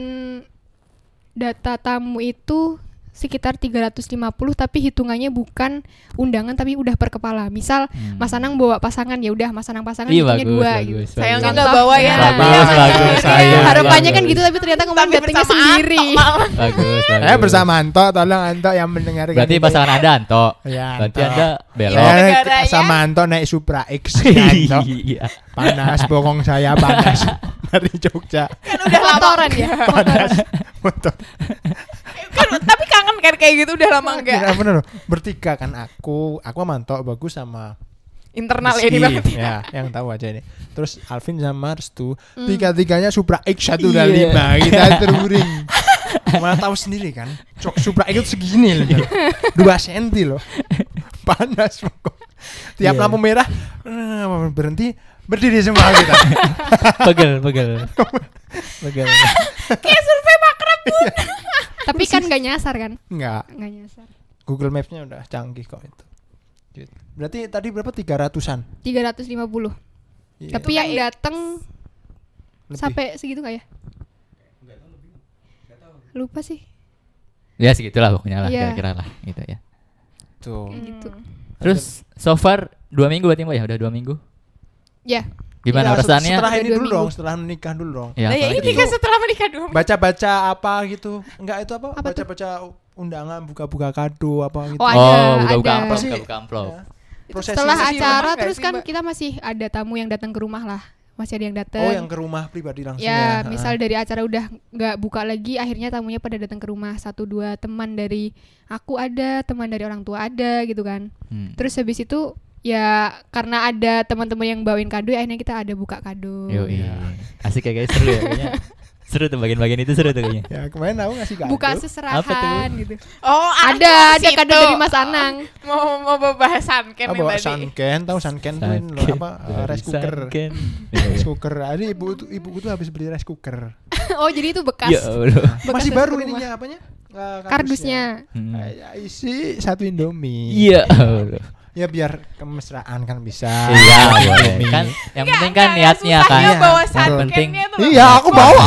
data tamu itu sekitar 350 tapi hitungannya bukan undangan tapi udah per kepala. Misal
Hmm.
Mas Anang bawa pasangan ya udah Mas Anang pasangan
Iya
hitungnya
bagus
dua gitu. Iya,
bagus.
Sayang
bagus.
nggak bawa ya.
Bagus,
Sayang
bagus,
nggak bawa.
sayang.
Harapannya kan
bagus.
gitu tapi ternyata kemarin
Tapi
datangnya
bersamaan, kan
sendiri.
Tok, Mak.
Bagus,
Saya
bagus.
Eh, bersama Anto, tolong Anto yang mendengarkan.
Berarti
ini.
pasangan Anda Anto.
Ya,
Berarti
Anto.
Anda
Iya.
belok.
Saya
Negaranya.
sama Anto naik Supra X Anto.
Iya.
Panas bokong saya panas dari Jogja.
Kan udah
Kotoran
lama
ya.
Panas. Motor.
kan tapi kangen
Iya.
kan kayak gitu udah lama enggak.
Bener, bener loh. Bertiga kan aku, aku sama Anto, bagus sama
internal ya ini
Rizky,
berarti.
ya, yang tahu aja ini. Terus Alvin sama Restu, tiga-tiganya Supra X 1 dan
Iya.
5 kita terguring. Mana tahu sendiri kan, cok Supra X itu segini loh. Jal. Dua senti loh. Panas pokok. Tiap
Iya.
lampu merah eh, berhenti berdiri semua gitu. kita.
pegel pegel pegel
Kayak survei makrab bun.
Tapi kan nggak nyasar kan?
Enggak,
Nggak nyasar.
Google Maps-nya udah canggih kok itu. Gitu. Berarti tadi berapa 300-an?
350.
Iya,
Tapi yang datang
lebih.
sampai segitu nggak ya? Lupa sih.
ya segitulah pokoknya lah
Iya.
kira-kira lah gitu ya
tuh.
Kayak gitu.
terus so far dua minggu berarti mbak ya udah dua minggu
Ya.
Iya,
gimana
se-
perasaannya
Setelah ini
Dua
dulu
minggu.
dong, setelah menikah dulu dong.
ya,
Nah, ya
apalagi?
ini kan setelah menikah dulu.
baca-baca apa gitu enggak itu apa
Apa tuh?
baca-baca undangan buka-buka kado apa gitu
Oh, ada,
oh buka-buka
ada.
amplop
Pasti-
buka-buka amplop
Ya.
Setelah
Sih, sih,
acara
memang nggak
terus
sih,
kan
Mbak?
kita masih ada tamu yang datang ke rumah lah. Masih ada yang datang.
oh yang ke rumah pribadi langsung ya, Ha.
ya, misal dari acara udah nggak buka lagi, akhirnya tamunya pada datang ke rumah satu dua teman dari aku ada, teman dari orang tua ada gitu kan.
Hmm.
Terus habis itu ya karena ada teman-teman yang bawain kado, ya akhirnya kita ada buka kado.
Yo, iya. Asik ya guys, seru ya kayaknya. seru tuh bagian-bagian itu seru tuh kayaknya.
ya kemarin aku ngasih kado
Buka
Apa
seserahan
tuh?
gitu.
Oh, aku
Ada, ada kado
situ.
dari Mas Anang.
Mau mau bahasan kan
Ah,
nih
bawa
tadi.
sanken tahu sanken tuh ini loh, apa eh, rice cooker
Sanken.
rice cooker ada ibu tuh ibuku tuh habis beli rice cooker
oh, jadi itu bekas.
Ya Allah.
bekas
masih
datang
baru
ke rumah.
ininya apanya Eh,
Kardusnya.
Hmm.
Eh, isi satu indomie
Ya Allah.
ya biar kemesraan kan bisa
Iya, boleh. Kan yang penting kan
Ya Enggak,
niatnya
susahnya
kan.
Iya.
bawa
Yang
sankennya
penting-
tuh loh.
iya aku bawa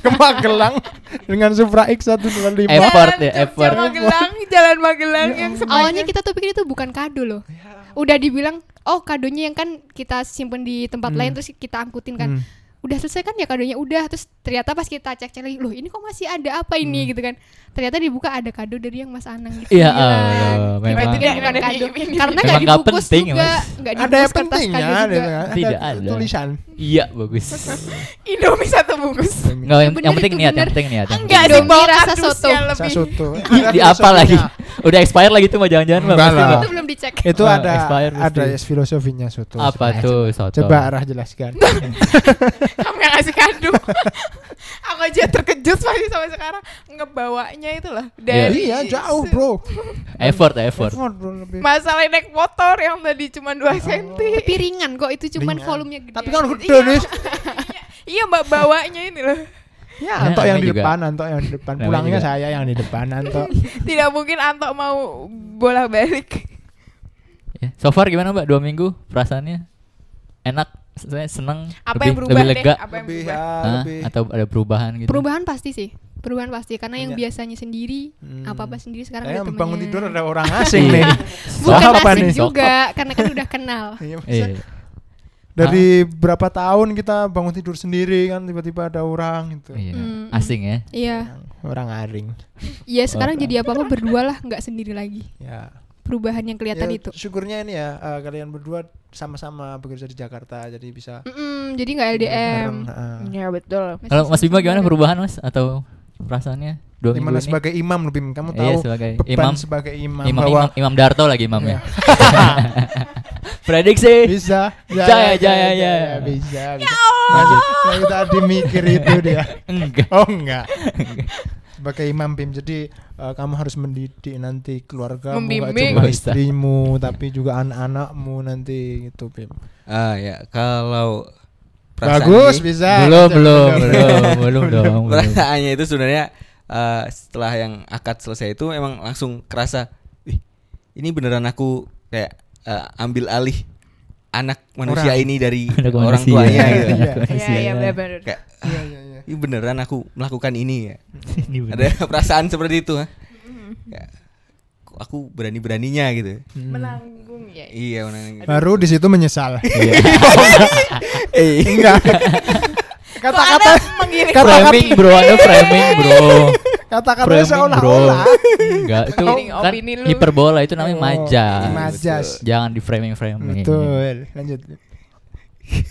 ke Magelang dengan Supra X 125
Eh, Effort
Jalan
ya,
Jogja
effort.
Magelang, jalan Magelang yang
Awalnya kita tuh pikir itu bukan kado loh. Udah dibilang, oh kadonya yang kan kita simpen di tempat lain terus kita angkutin kan.
Hmm.
Udah selesai kan ya kadonya udah. Terus ternyata pas kita cek-cek lagi, loh ini kok masih ada apa
Hmm.
ini gitu kan. Ternyata dibuka ada kado dari yang Mas Anang gitu.
Ya
Gila.
Allah,
Kita
memang.
kira
Memang.
kado.
Memang
Karena
nggak
nggak dibungkus
penting ya,
juga,
Mas.
nggak
ada
dibungkus
yang
kertas
pentingnya
kado
ada,
juga.
ada
Tidak ada.
tulisan
Iya, bagus.
Oh.
Indomie satu bungkus.
Enggak yang, yang
Bener
penting
itu,
niat, yang
bener.
penting niat. yang
Enggak sih,
Indomie
bawa
rasa soto.
kardusnya
Rasa
lebih.
soto.
penting. Di, di apa lagi? Udah expire lagi tuh mah jangan-jangan Mbak,
Enggak
pasti,
lah.
Mbak.
Itu belum dicek.
Itu
Oh,
ada
expired
ada
pasti.
filosofinya soto.
Apa
sebenarnya.
tuh soto?
Coba arah jelaskan.
Kamu yang ngasih kado. Aku aja terkejut pasti sampai sekarang ngebawanya itu loh. Dari
iya, jauh, Bro.
Effort, effort.
Effort, Bro, lebih.
Masalah naik motor yang tadi cuma 2 cm.
Tapi ringan kok itu cuman
Ringan.
volumenya gede.
Tapi kan gede, Nis.
Iya, Mbak bawanya ini loh.
Ya,
Nah,
antok yang di
namanya juga.
depan, antok yang di depan.
Namanya
Pulangnya
juga.
saya yang di depan, antok.
Tidak mungkin Anto mau bolak-balik.
Ya. So far gimana Mbak? Dua minggu perasaannya? Enak, Maksudnya seneng,
Apa
lebih,
yang berubah
lebih lega,
deh? Apa yang
Lebih
berubah?
ya,
Hah?
lebih.
atau ada perubahan gitu?
Perubahan pasti sih. Perubahan pasti karena yang biasanya sendiri,
Iya. Hmm.
apa-apa sendiri sekarang
Saya
ada temennya.
bangun tidur ada orang asing
Iya.
nih.
Bukan
Sokap
asing
nih?
juga, karena kan udah kenal.
Iya,
Iya.
maksudnya Dari berapa tahun kita bangun tidur sendiri kan tiba-tiba ada orang gitu.
Iya.
Mm.
Asing ya.
Iya,
Orang aring.
iya sekarang jadi apa-apa berdua lah, nggak sendiri lagi.
Ya.
Perubahan yang kelihatan
Ya,
itu.
Syukurnya ini ya eh, kalian berdua sama-sama bekerja di Jakarta jadi bisa
Mm-mm, jadi nggak LDM.
Iya, bareng, eh.
Iya.
Ya betul.
Masih
Kalau Mas Bima
sama-sama
gimana
bareng.
perubahan Mas atau perasaannya dua minggu
Gimana
ini?
sebagai imam lebih kamu
Iya,
tahu
sebagai
beban
imam.
sebagai imam,
Imam,
bahwa
imam, Imam Darto lagi imamnya. Prediksi.
bisa
Jaya, jaya, jaya.
bisa,
Ya
bisa. Masih, masih tadi mikir itu dia.
Enggak.
Oh enggak. sebagai imam Bim jadi eh, kamu harus mendidik nanti keluarga
Membimbing.
cuma
Nggak usah.
istrimu tapi juga anak-anakmu nanti gitu Bim.
Ah ya kalau perasaan
Bagus
ini-
bisa.
belum,
bisa,
belum, belum, belum dong. belum.
perasaannya itu sebenarnya eh, setelah yang akad selesai itu emang langsung kerasa "Ih, ini beneran aku kayak eh, ambil alih anak manusia
Orang.
ini dari
Anak
orang
manusia.
tuanya gitu
Iya.
Iya, iya benar.
kayak
Iya iya iya.
ini beneran aku melakukan ini ya
Ini bener.
ada perasaan seperti itu ha?
Hmm.
ya kok aku berani beraninya gitu
hmm.
Menanggung ya.
iya menang-
Baru di situ menyesal.
Iya.
eh
Enggak. Kata-kata
menggiring
framing, bro. Ada framing, bro.
kata-kata
Framing, bro.
seolah-olah
Enggak, itu
Mending
kan
opini lu.
hiperbola itu namanya
Oh,
majas.
majas.
Jangan di framing-framing.
Betul. Lanjut.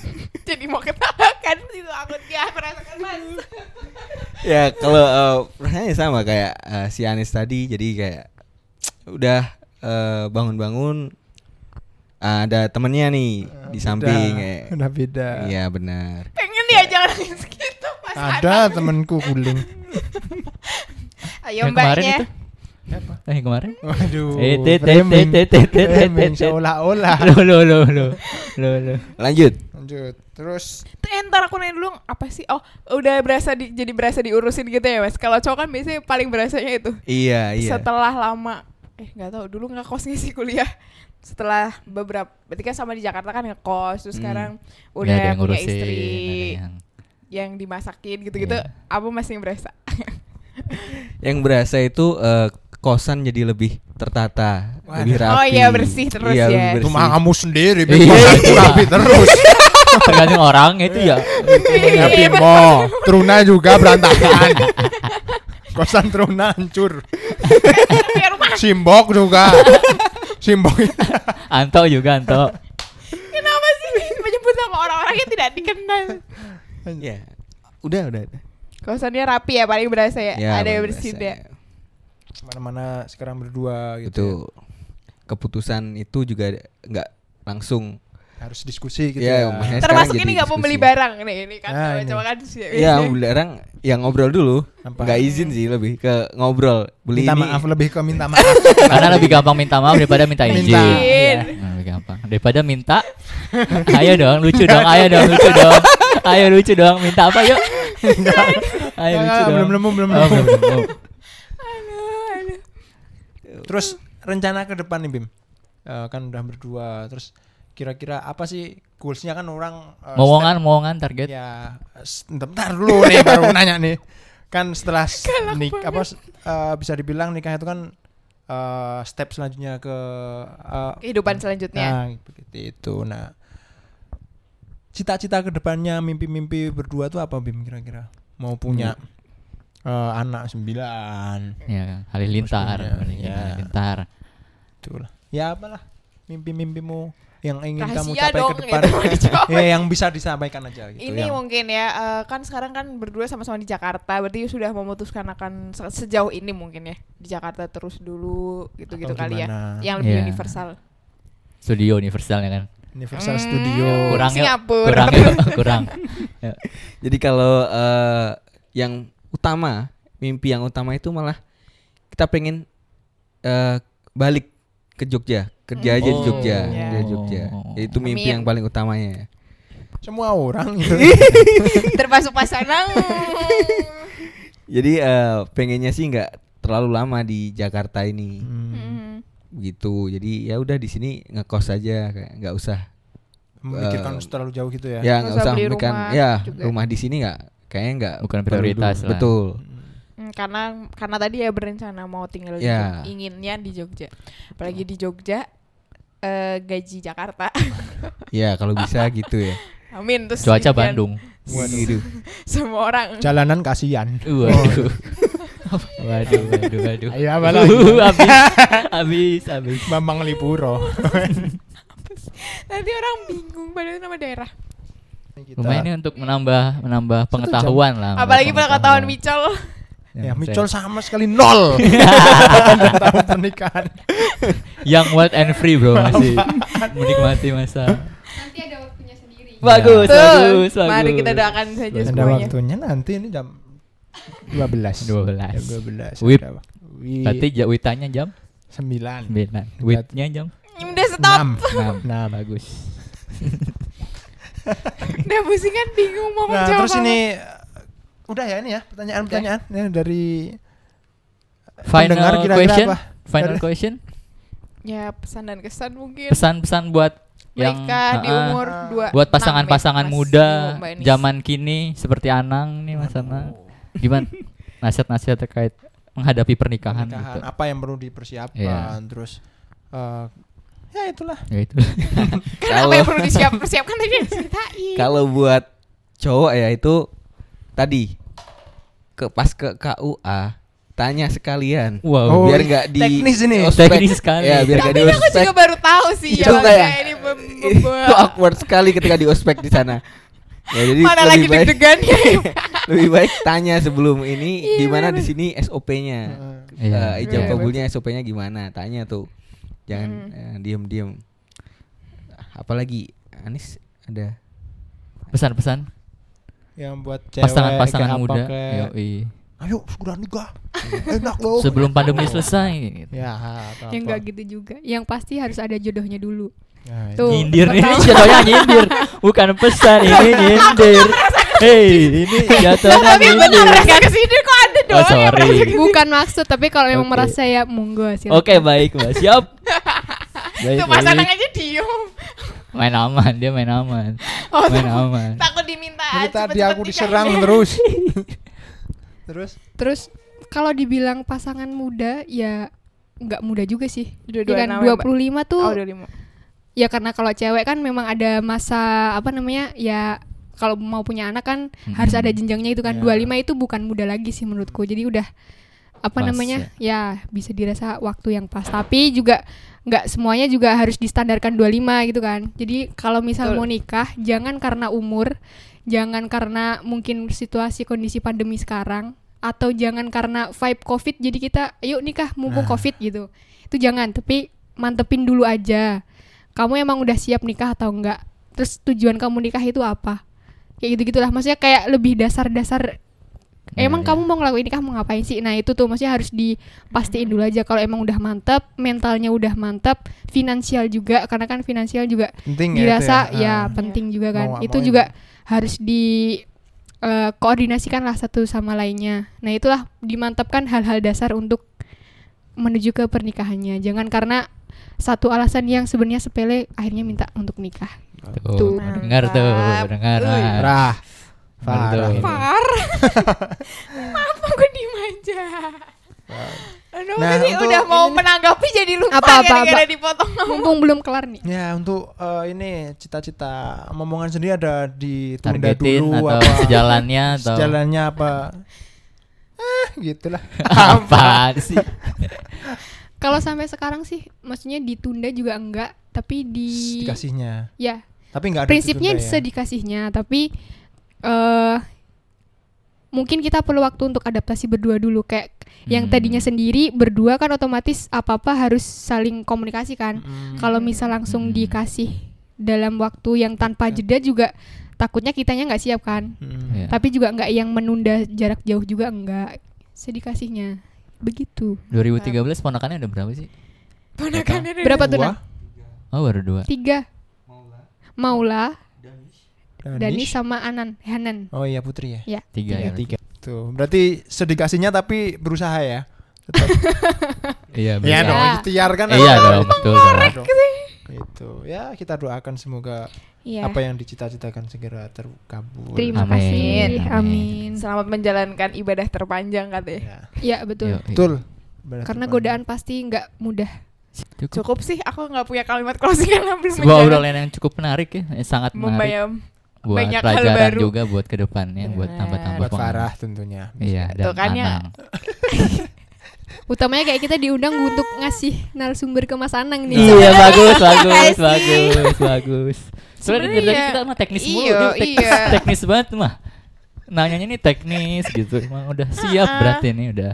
Jadi mau ketawa kan itu aku dia merasakan mas.
ya kalau eh, perasaannya sama kayak eh, si Anis tadi jadi kayak udah eh, bangun-bangun ada temennya nih di
eh.
samping kayak.
Udah, udah beda.
Iya benar.
Pengen dia jangan nangis gitu Mas
Ada temanku guling.
Ayo ya.
Yang kemarin
mbaknya
itu. Eh yang kemarin?
Waduh.
Eh, te- te-
framing.
te- te- te- te-
Framing
te- te-
seolah-olah.
Lo lo lo lo lo lo.
Lanjut.
Lanjut. Terus
Tuh, eh, ntar aku nanya dulu apa sih? Oh, udah berasa di, jadi berasa diurusin gitu ya, Mas. Kalau cowok kan biasanya paling berasanya itu.
Iya iya.
Setelah lama eh nggak tahu dulu nggak kosnya sih kuliah. Setelah beberapa berarti kan sama di Jakarta kan ngekos, terus
Hmm.
sekarang
Nggak ada
udah
yang
punya
ngurusin,
istri
ada
yang...
yang
dimasakin gitu-gitu.
Iya.
Apa masih yang berasa?
Yang berasa itu eh, kosan jadi lebih tertata,
Waduh.
lebih rapi.
Oh, iya, bersih terus ya.
Iya, lebih bersih.
rumah kamu sendiri
Iya.
bikin aku rapi terus.
Oh, tergantung orang itu ya.
Ya
iya.
Pimo, Truna juga berantakan. Kosan Truna hancur.
Kayak rumah
Simbok juga. Simbok.
Anto juga Anto.
kenapa sih menyebut sama orang-orang yang tidak dikenal?
Iya. Udah udah. udah.
Kosannya rapi ya paling berasa ya.
Iya,
ada yang
baru
bersih
berasa.
deh.
Mana-mana sekarang berdua gitu.
Betul. Keputusan itu juga nggak langsung.
Harus diskusi gitu
Iya,
ya.
makanya- Nah, sekarang
Termasuk
jadi
ini nggak mau
diskusi.
beli barang nih ini kan
Nah,
cowok-
ini.
cowok kan sih.
Iya, orang yang ngobrol dulu.
Apa?
Nggak izin sih lebih ke ngobrol. Beli
minta
ini.
maaf lebih ke minta maaf.
Karena lebih gampang minta maaf daripada minta
Minta.
izin.
Izin.
Iya, Lebih gampang daripada minta. Ayo dong, lucu dong. Ayo dong, lucu dong. Ayo lucu dong. Minta apa yuk? Ayo
Nggak,
lucu
nggak,
dong.
Ah, belum nemu, belum
Oh,
nemu.
belum nemu.
Terus rencana ke depan nih Bim. Eh, kan udah berdua. Terus kira-kira apa sih goalsnya kan orang eh,
Momongan, momongan target.
Ya, s- bentar dulu nih baru nanya nih. Kan setelah s- nik apa s- eh, bisa dibilang nikah itu kan eh, step selanjutnya ke eh,
Kehidupan selanjutnya.
nah seperti itu. Nah, cita-cita kedepannya mimpi-mimpi berdua tuh apa Bim kira-kira? Mau punya eh, anak sembilan,
Ya, halilintar,
Maksudnya,
mending
ya.
halilintar.
itulah. Ya apalah mimpi-mimpimu yang ingin kamu
Rahasia
capai
dong,
ke depan.
gitu, mau dicoba.
ya, yang bisa disampaikan aja gitu.
Ini
yang-
mungkin ya eh, kan sekarang kan berdua sama-sama di Jakarta, berarti sudah memutuskan akan se- sejauh ini mungkin ya di Jakarta terus dulu gitu-gitu
Atau
kali ya,
gimana?
yang lebih
Iya.
universal.
Studio universal ya kan.
Universal
Hmm,
Studio.
Kurang yuk,
Singapura.
Kurang yuk, kurang. Ya.
Jadi kalau eh, yang utama, mimpi yang utama itu malah kita pengen eh, balik ke Jogja, kerja aja di
Oh,
Jogja,
iya.
kerja di Jogja. Itu mimpi
Amin.
yang paling utamanya.
Semua orang gitu.
Termasuk pasangan.
Jadi eh, pengennya sih nggak terlalu lama di Jakarta ini,
Hmm,
Hmm.
gitu. Jadi ya udah di sini ngekos aja, kayak nggak usah,
memikirkan
Eh,
terlalu jauh gitu ya.
Iya.
ya
Nggak
nggak
usah
usah
beli
memberikan,
rumah
ya
juga.
rumah di sini nggak, kayaknya nggak
Bukan
perlu dulu.
prioritas lah.
Betul.
Hmm, karena karena tadi ya berencana mau tinggal di Jog-
Ya.
inginnya di Jogja. Apalagi di Jogja eh, gaji Jakarta.
Ya kalau bisa gitu ya.
Amin terus
Cuaca
impian
Bandung.
Waduh.
Semua orang.
Jalanan kasihan.
Waduh. Waduh, waduh, waduh.
Ayo, apa lagi?
Uh, habis, habis, habis.
Bambang Lipuro.
Nanti orang bingung padahal nama daerah.
Lumayan ini untuk menambah menambah pengetahuan lah. menambah
Apalagi pengetahuan Micol.
Ya,
saya-
Micol sama sekali nol. Tahun pernikahan.
Yang wild and free bro masih menikmati
Ya.
masa.
Nanti ada waktunya sendiri.
Bagus,
Tuh,
bagus, bagus.
Mari kita doakan saja
Ada
semuanya.
waktunya nanti ini jam 12.
12.
Jam 12.
Wib.
Ada waktu. Wib.
Berarti ja- witanya jam
9.
9. Witnya jam
Udah stop.
6.
6.
6.
Bagus.
Udah pusing kan bingung mau
Nah,
menjawab
terus
apa.
ini udah ya ini ya pertanyaan-pertanyaan Ini dari
Final
pendengar kira-kira
question.
apa?
Final
Dari-
question.
ya pesan dan kesan mungkin.
Pesan-pesan buat yang
Mereka di
Ha-ha.
umur
Ah.
dua
buat
enam,
pasangan-pasangan
Mas
muda
Mbak Enis.
zaman kini seperti Anang nih Mas Anang. Gimana nasihat-nasihat terkait menghadapi pernikahan,
pernikahan,
gitu.
apa yang perlu dipersiapkan,
Iya.
terus eh, ya itulah.
Ya itu.
Kan apa yang perlu disiap persiapkan tadi yang diceritain.
Kalau buat cowok ya itu tadi ke pas ke KUA tanya sekalian.
Wow.
Oh,
biar nggak di
teknis ini.
ospek.
Oh, Teknis sekali.
Ya, biar nggak
Tapi
di
ini aku
ospek.
juga baru tahu sih ya
Itu
Mas,
kayak-
ini mem- mem-
Itu awkward sekali ketika di ospek di sana. Ya, jadi
mana lagi ya
lebih baik,
deg-degannya.
lebih baik tanya sebelum ini gimana di sini SOP-nya.
Heeh.
Iya.
Eh, ijab
Iya,
kabulnya SOP-nya gimana? Tanya tuh. Jangan eh, diem-diem. apalagi Anis ada
Pesan-pesan
yang buat cewek
pasangan-pasangan
kayak apa,
muda.
kayak,
Yoi. Iya.
ayo segera nikah enak loh Nah,
Sebelum pandemi selesai. Gitu.
ya atau
Yang
apa.
enggak gitu juga. Yang pasti harus ada jodohnya dulu.
Ya, itu.
Tuh.
Nyindir nih,
pertama.
jatuhnya nyindir. Bukan pesan ini nyindir. Hei, ini jatuhnya
Tapi benar
nyindir.
merasa kesini kok ada ya, dong
Oh,
yang
sorry.
merasa kesini.
Bukan maksud, tapi kalau memang
Oke.
merasa ya monggo silakan.
Oke, baik, Mbak. Siap. Baik,
Tuh
iya,
pasangan
baik.
aja diem
Main aman, dia main aman.
Oh,
Main aman.
Takut diminta
Dari
cepet-cepet
tadi aku
Ah, nikah.
diserang terus terus
Terus kalau dibilang pasangan muda ya nggak muda juga sih.
Dua-dua
Ya kan
enam ya, Mbak?
25 tuh
Oh, 25.
ya karena kalau cewek kan memang ada masa apa namanya ya kalau mau punya anak kan
Mm-mm.
harus ada jenjangnya itu
Ya.
kan. 25 itu bukan muda lagi sih menurutku. Jadi udah apa
Pas,
namanya? Ya. bisa dirasa waktu yang pas. Tapi juga nggak semuanya juga harus distandarkan 25 gitu kan. Jadi kalau misal
Betul.
mau nikah jangan karena umur, jangan karena mungkin situasi kondisi pandemi sekarang atau jangan karena vibe covid jadi kita yuk nikah mumpung
Nah.
covid gitu itu jangan tapi mantepin dulu aja kamu emang udah siap nikah atau enggak terus tujuan kamu nikah itu apa kayak gitu gitulah maksudnya kayak lebih dasar-dasar emang
Iya,
kamu mau ngelakuin nikah mau ngapain sih nah itu tuh maksudnya harus dipastiin dulu aja kalau emang udah mantep mentalnya udah mantep finansial juga karena kan finansial juga
penting ya itu
dirasa
ya.
ya,
Ah.
penting juga kan.
Mau nggak
itu
mau ya.
juga harus di eh, koordinasikan lah satu sama lainnya. Nah, itulah dimantapkan hal-hal dasar untuk menuju ke pernikahannya. Jangan karena satu alasan yang sebenarnya sepele akhirnya minta untuk nikah.
Tuh, dengar tuh,
Mantap.
dengar.
Uy.
Parah.
Bener
Ah. Parah.
tuh.
Parah. Apa gue diem aja? Aduh,
Nah,
makasih
untuk
udah mau
ini nih.
menanggapi jadi lupa
Apa, apa,
gara-gara
apa?
dipotong.
Mumpung belum kelar nih.
Ya untuk eh, ini cita-cita momongan sendiri ada ditunda
Targetin
dulu
atau
apa
sejalannya atau
sejalannya apa eh gitulah
apaan sih?
Kalau sampai sekarang sih maksudnya ditunda juga enggak, tapi di
dikasihnya
ya
tapi nggak ada
prinsipnya
ditunda ya.
sedikasihnya tapi eh mungkin kita perlu waktu untuk adaptasi berdua dulu kayak yang
Hmm.
tadinya sendiri berdua kan otomatis apa apa harus saling komunikasi kan
Mm.
kalau misal langsung
Hmm.
dikasih dalam waktu yang tanpa jeda juga takutnya kitanya nggak siap kan
Mm.
Iya.
tapi juga nggak yang menunda jarak jauh juga enggak sedikasihnya begitu
2013 ponakannya ada berapa sih?
Ponakannya dari-
berapa tuh
Dua,
Nan?
Oh, baru dua.
tiga Maula Dani
Danish.
sama Anan Hanan
oh iya putri ya
Tiga ya.
tiga tuh berarti sedikasinya tapi berusaha ya tetap
Iya,
ya
benar.
dong ikhtiar kan
Iya
Apa
dong, betul. dong.
dong. itu ya kita doakan semoga
Iya.
apa yang dicita-citakan segera terkabul Ya.
Ya. terima
Amin,
kasih
amin.
amin.
Selamat menjalankan ibadah terpanjang katanya.
ya.
Ya betul.
Yuk,
betul Benar
Karena
terpanjang.
godaan pasti nggak mudah.
Cukup.
Cukup sih, aku nggak punya kalimat closing yang belum
Sebuah
menjalan-
obrolan yang cukup menarik ya, eh, sangat menarik
membayang.
buat
banyak hal
pelajaran
baru.
juga buat kedepannya, buat
Benar.
tambah-tambah
buat
pengalaman.
Farah tentunya
Iya, dan
Tuh kan ya.
Anang.
Utamanya kayak kita diundang untuk ngasih narasumber ke Mas Anang nih.
Iya, bagus, bagus,
Makasih.
bagus, bagus. Soalnya
Sebenarnya
dari tadi
iya.
kita mah teknis mulu,
Iya,
dia teknis,
iya.
teknis banget mah. Nanyanya nih teknis gitu, emang udah siap
Ah,
berarti ini udah.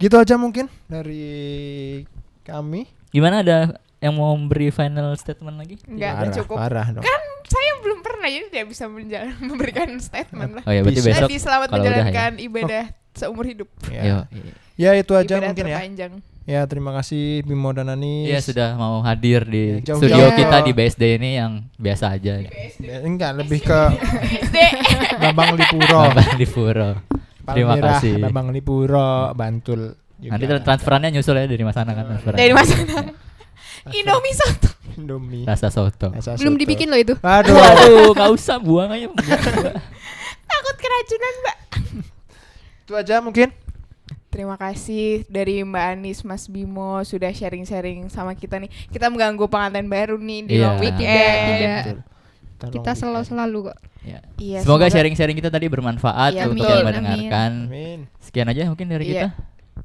gitu aja mungkin dari kami
Gimana ada yang mau beri final statement lagi?
Nggak,
Parah,
cukup.
parah dong
Kan saya belum pernah jadi tidak bisa menjalan, memberikan statement lah.
Oh ya, berarti
Bisa.
besok
Tadi selamat
kalau udah
menjalankan ibadah seumur hidup.
ya.
ya.
Ya, itu aja
ibadah
mungkin ya
terpanjang.
ya terima kasih Bimo dan Anis
Iya sudah mau hadir di
Ya, jauh-jauh
studio
ke-
kita di BSD ini yang biasa aja.
Ya, enggak lebih ke
SD.
Bambang Lipuro
Bambang di Puro. Terima
Palmerah,
kasih.
Bambang Lipuro Bantul juga.
Nanti transferannya nyusul ya dari Mas Anang kan transferan.
Dari Mas Anang. Indomie soto.
Indomie
Rasa soto.
Rasa
Belum
soto.
dibikin loh itu.
Waduh.
Waduh, nggak usah buang aja.
Takut keracunan, Mbak.
itu aja mungkin
Terima kasih dari Mbak Anis, Mas Bimo sudah sharing-sharing sama kita nih. Kita mengganggu pengantin baru nih di
Iya.
long weekend.
Tidak, tidak.
Iya, Betul.
Kita selalu selalu kok.
Ya.
Iya,
semoga
semoga-
sharing-sharing kita tadi bermanfaat
Iya,
untuk
betul.
yang
Amin.
mendengarkan.
Amin.
Sekian aja mungkin dari
Iya.
kita.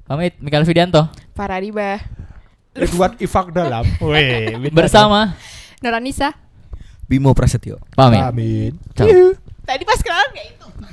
Pamit, Mikael Fidianto
Para riba.
Edward Ifak dalam. Weh, bener.
bersama
Noranisa.
Bimo Prasetyo
pamit.
Amin.
Ciao.
Tadi pas kenalan ya itu.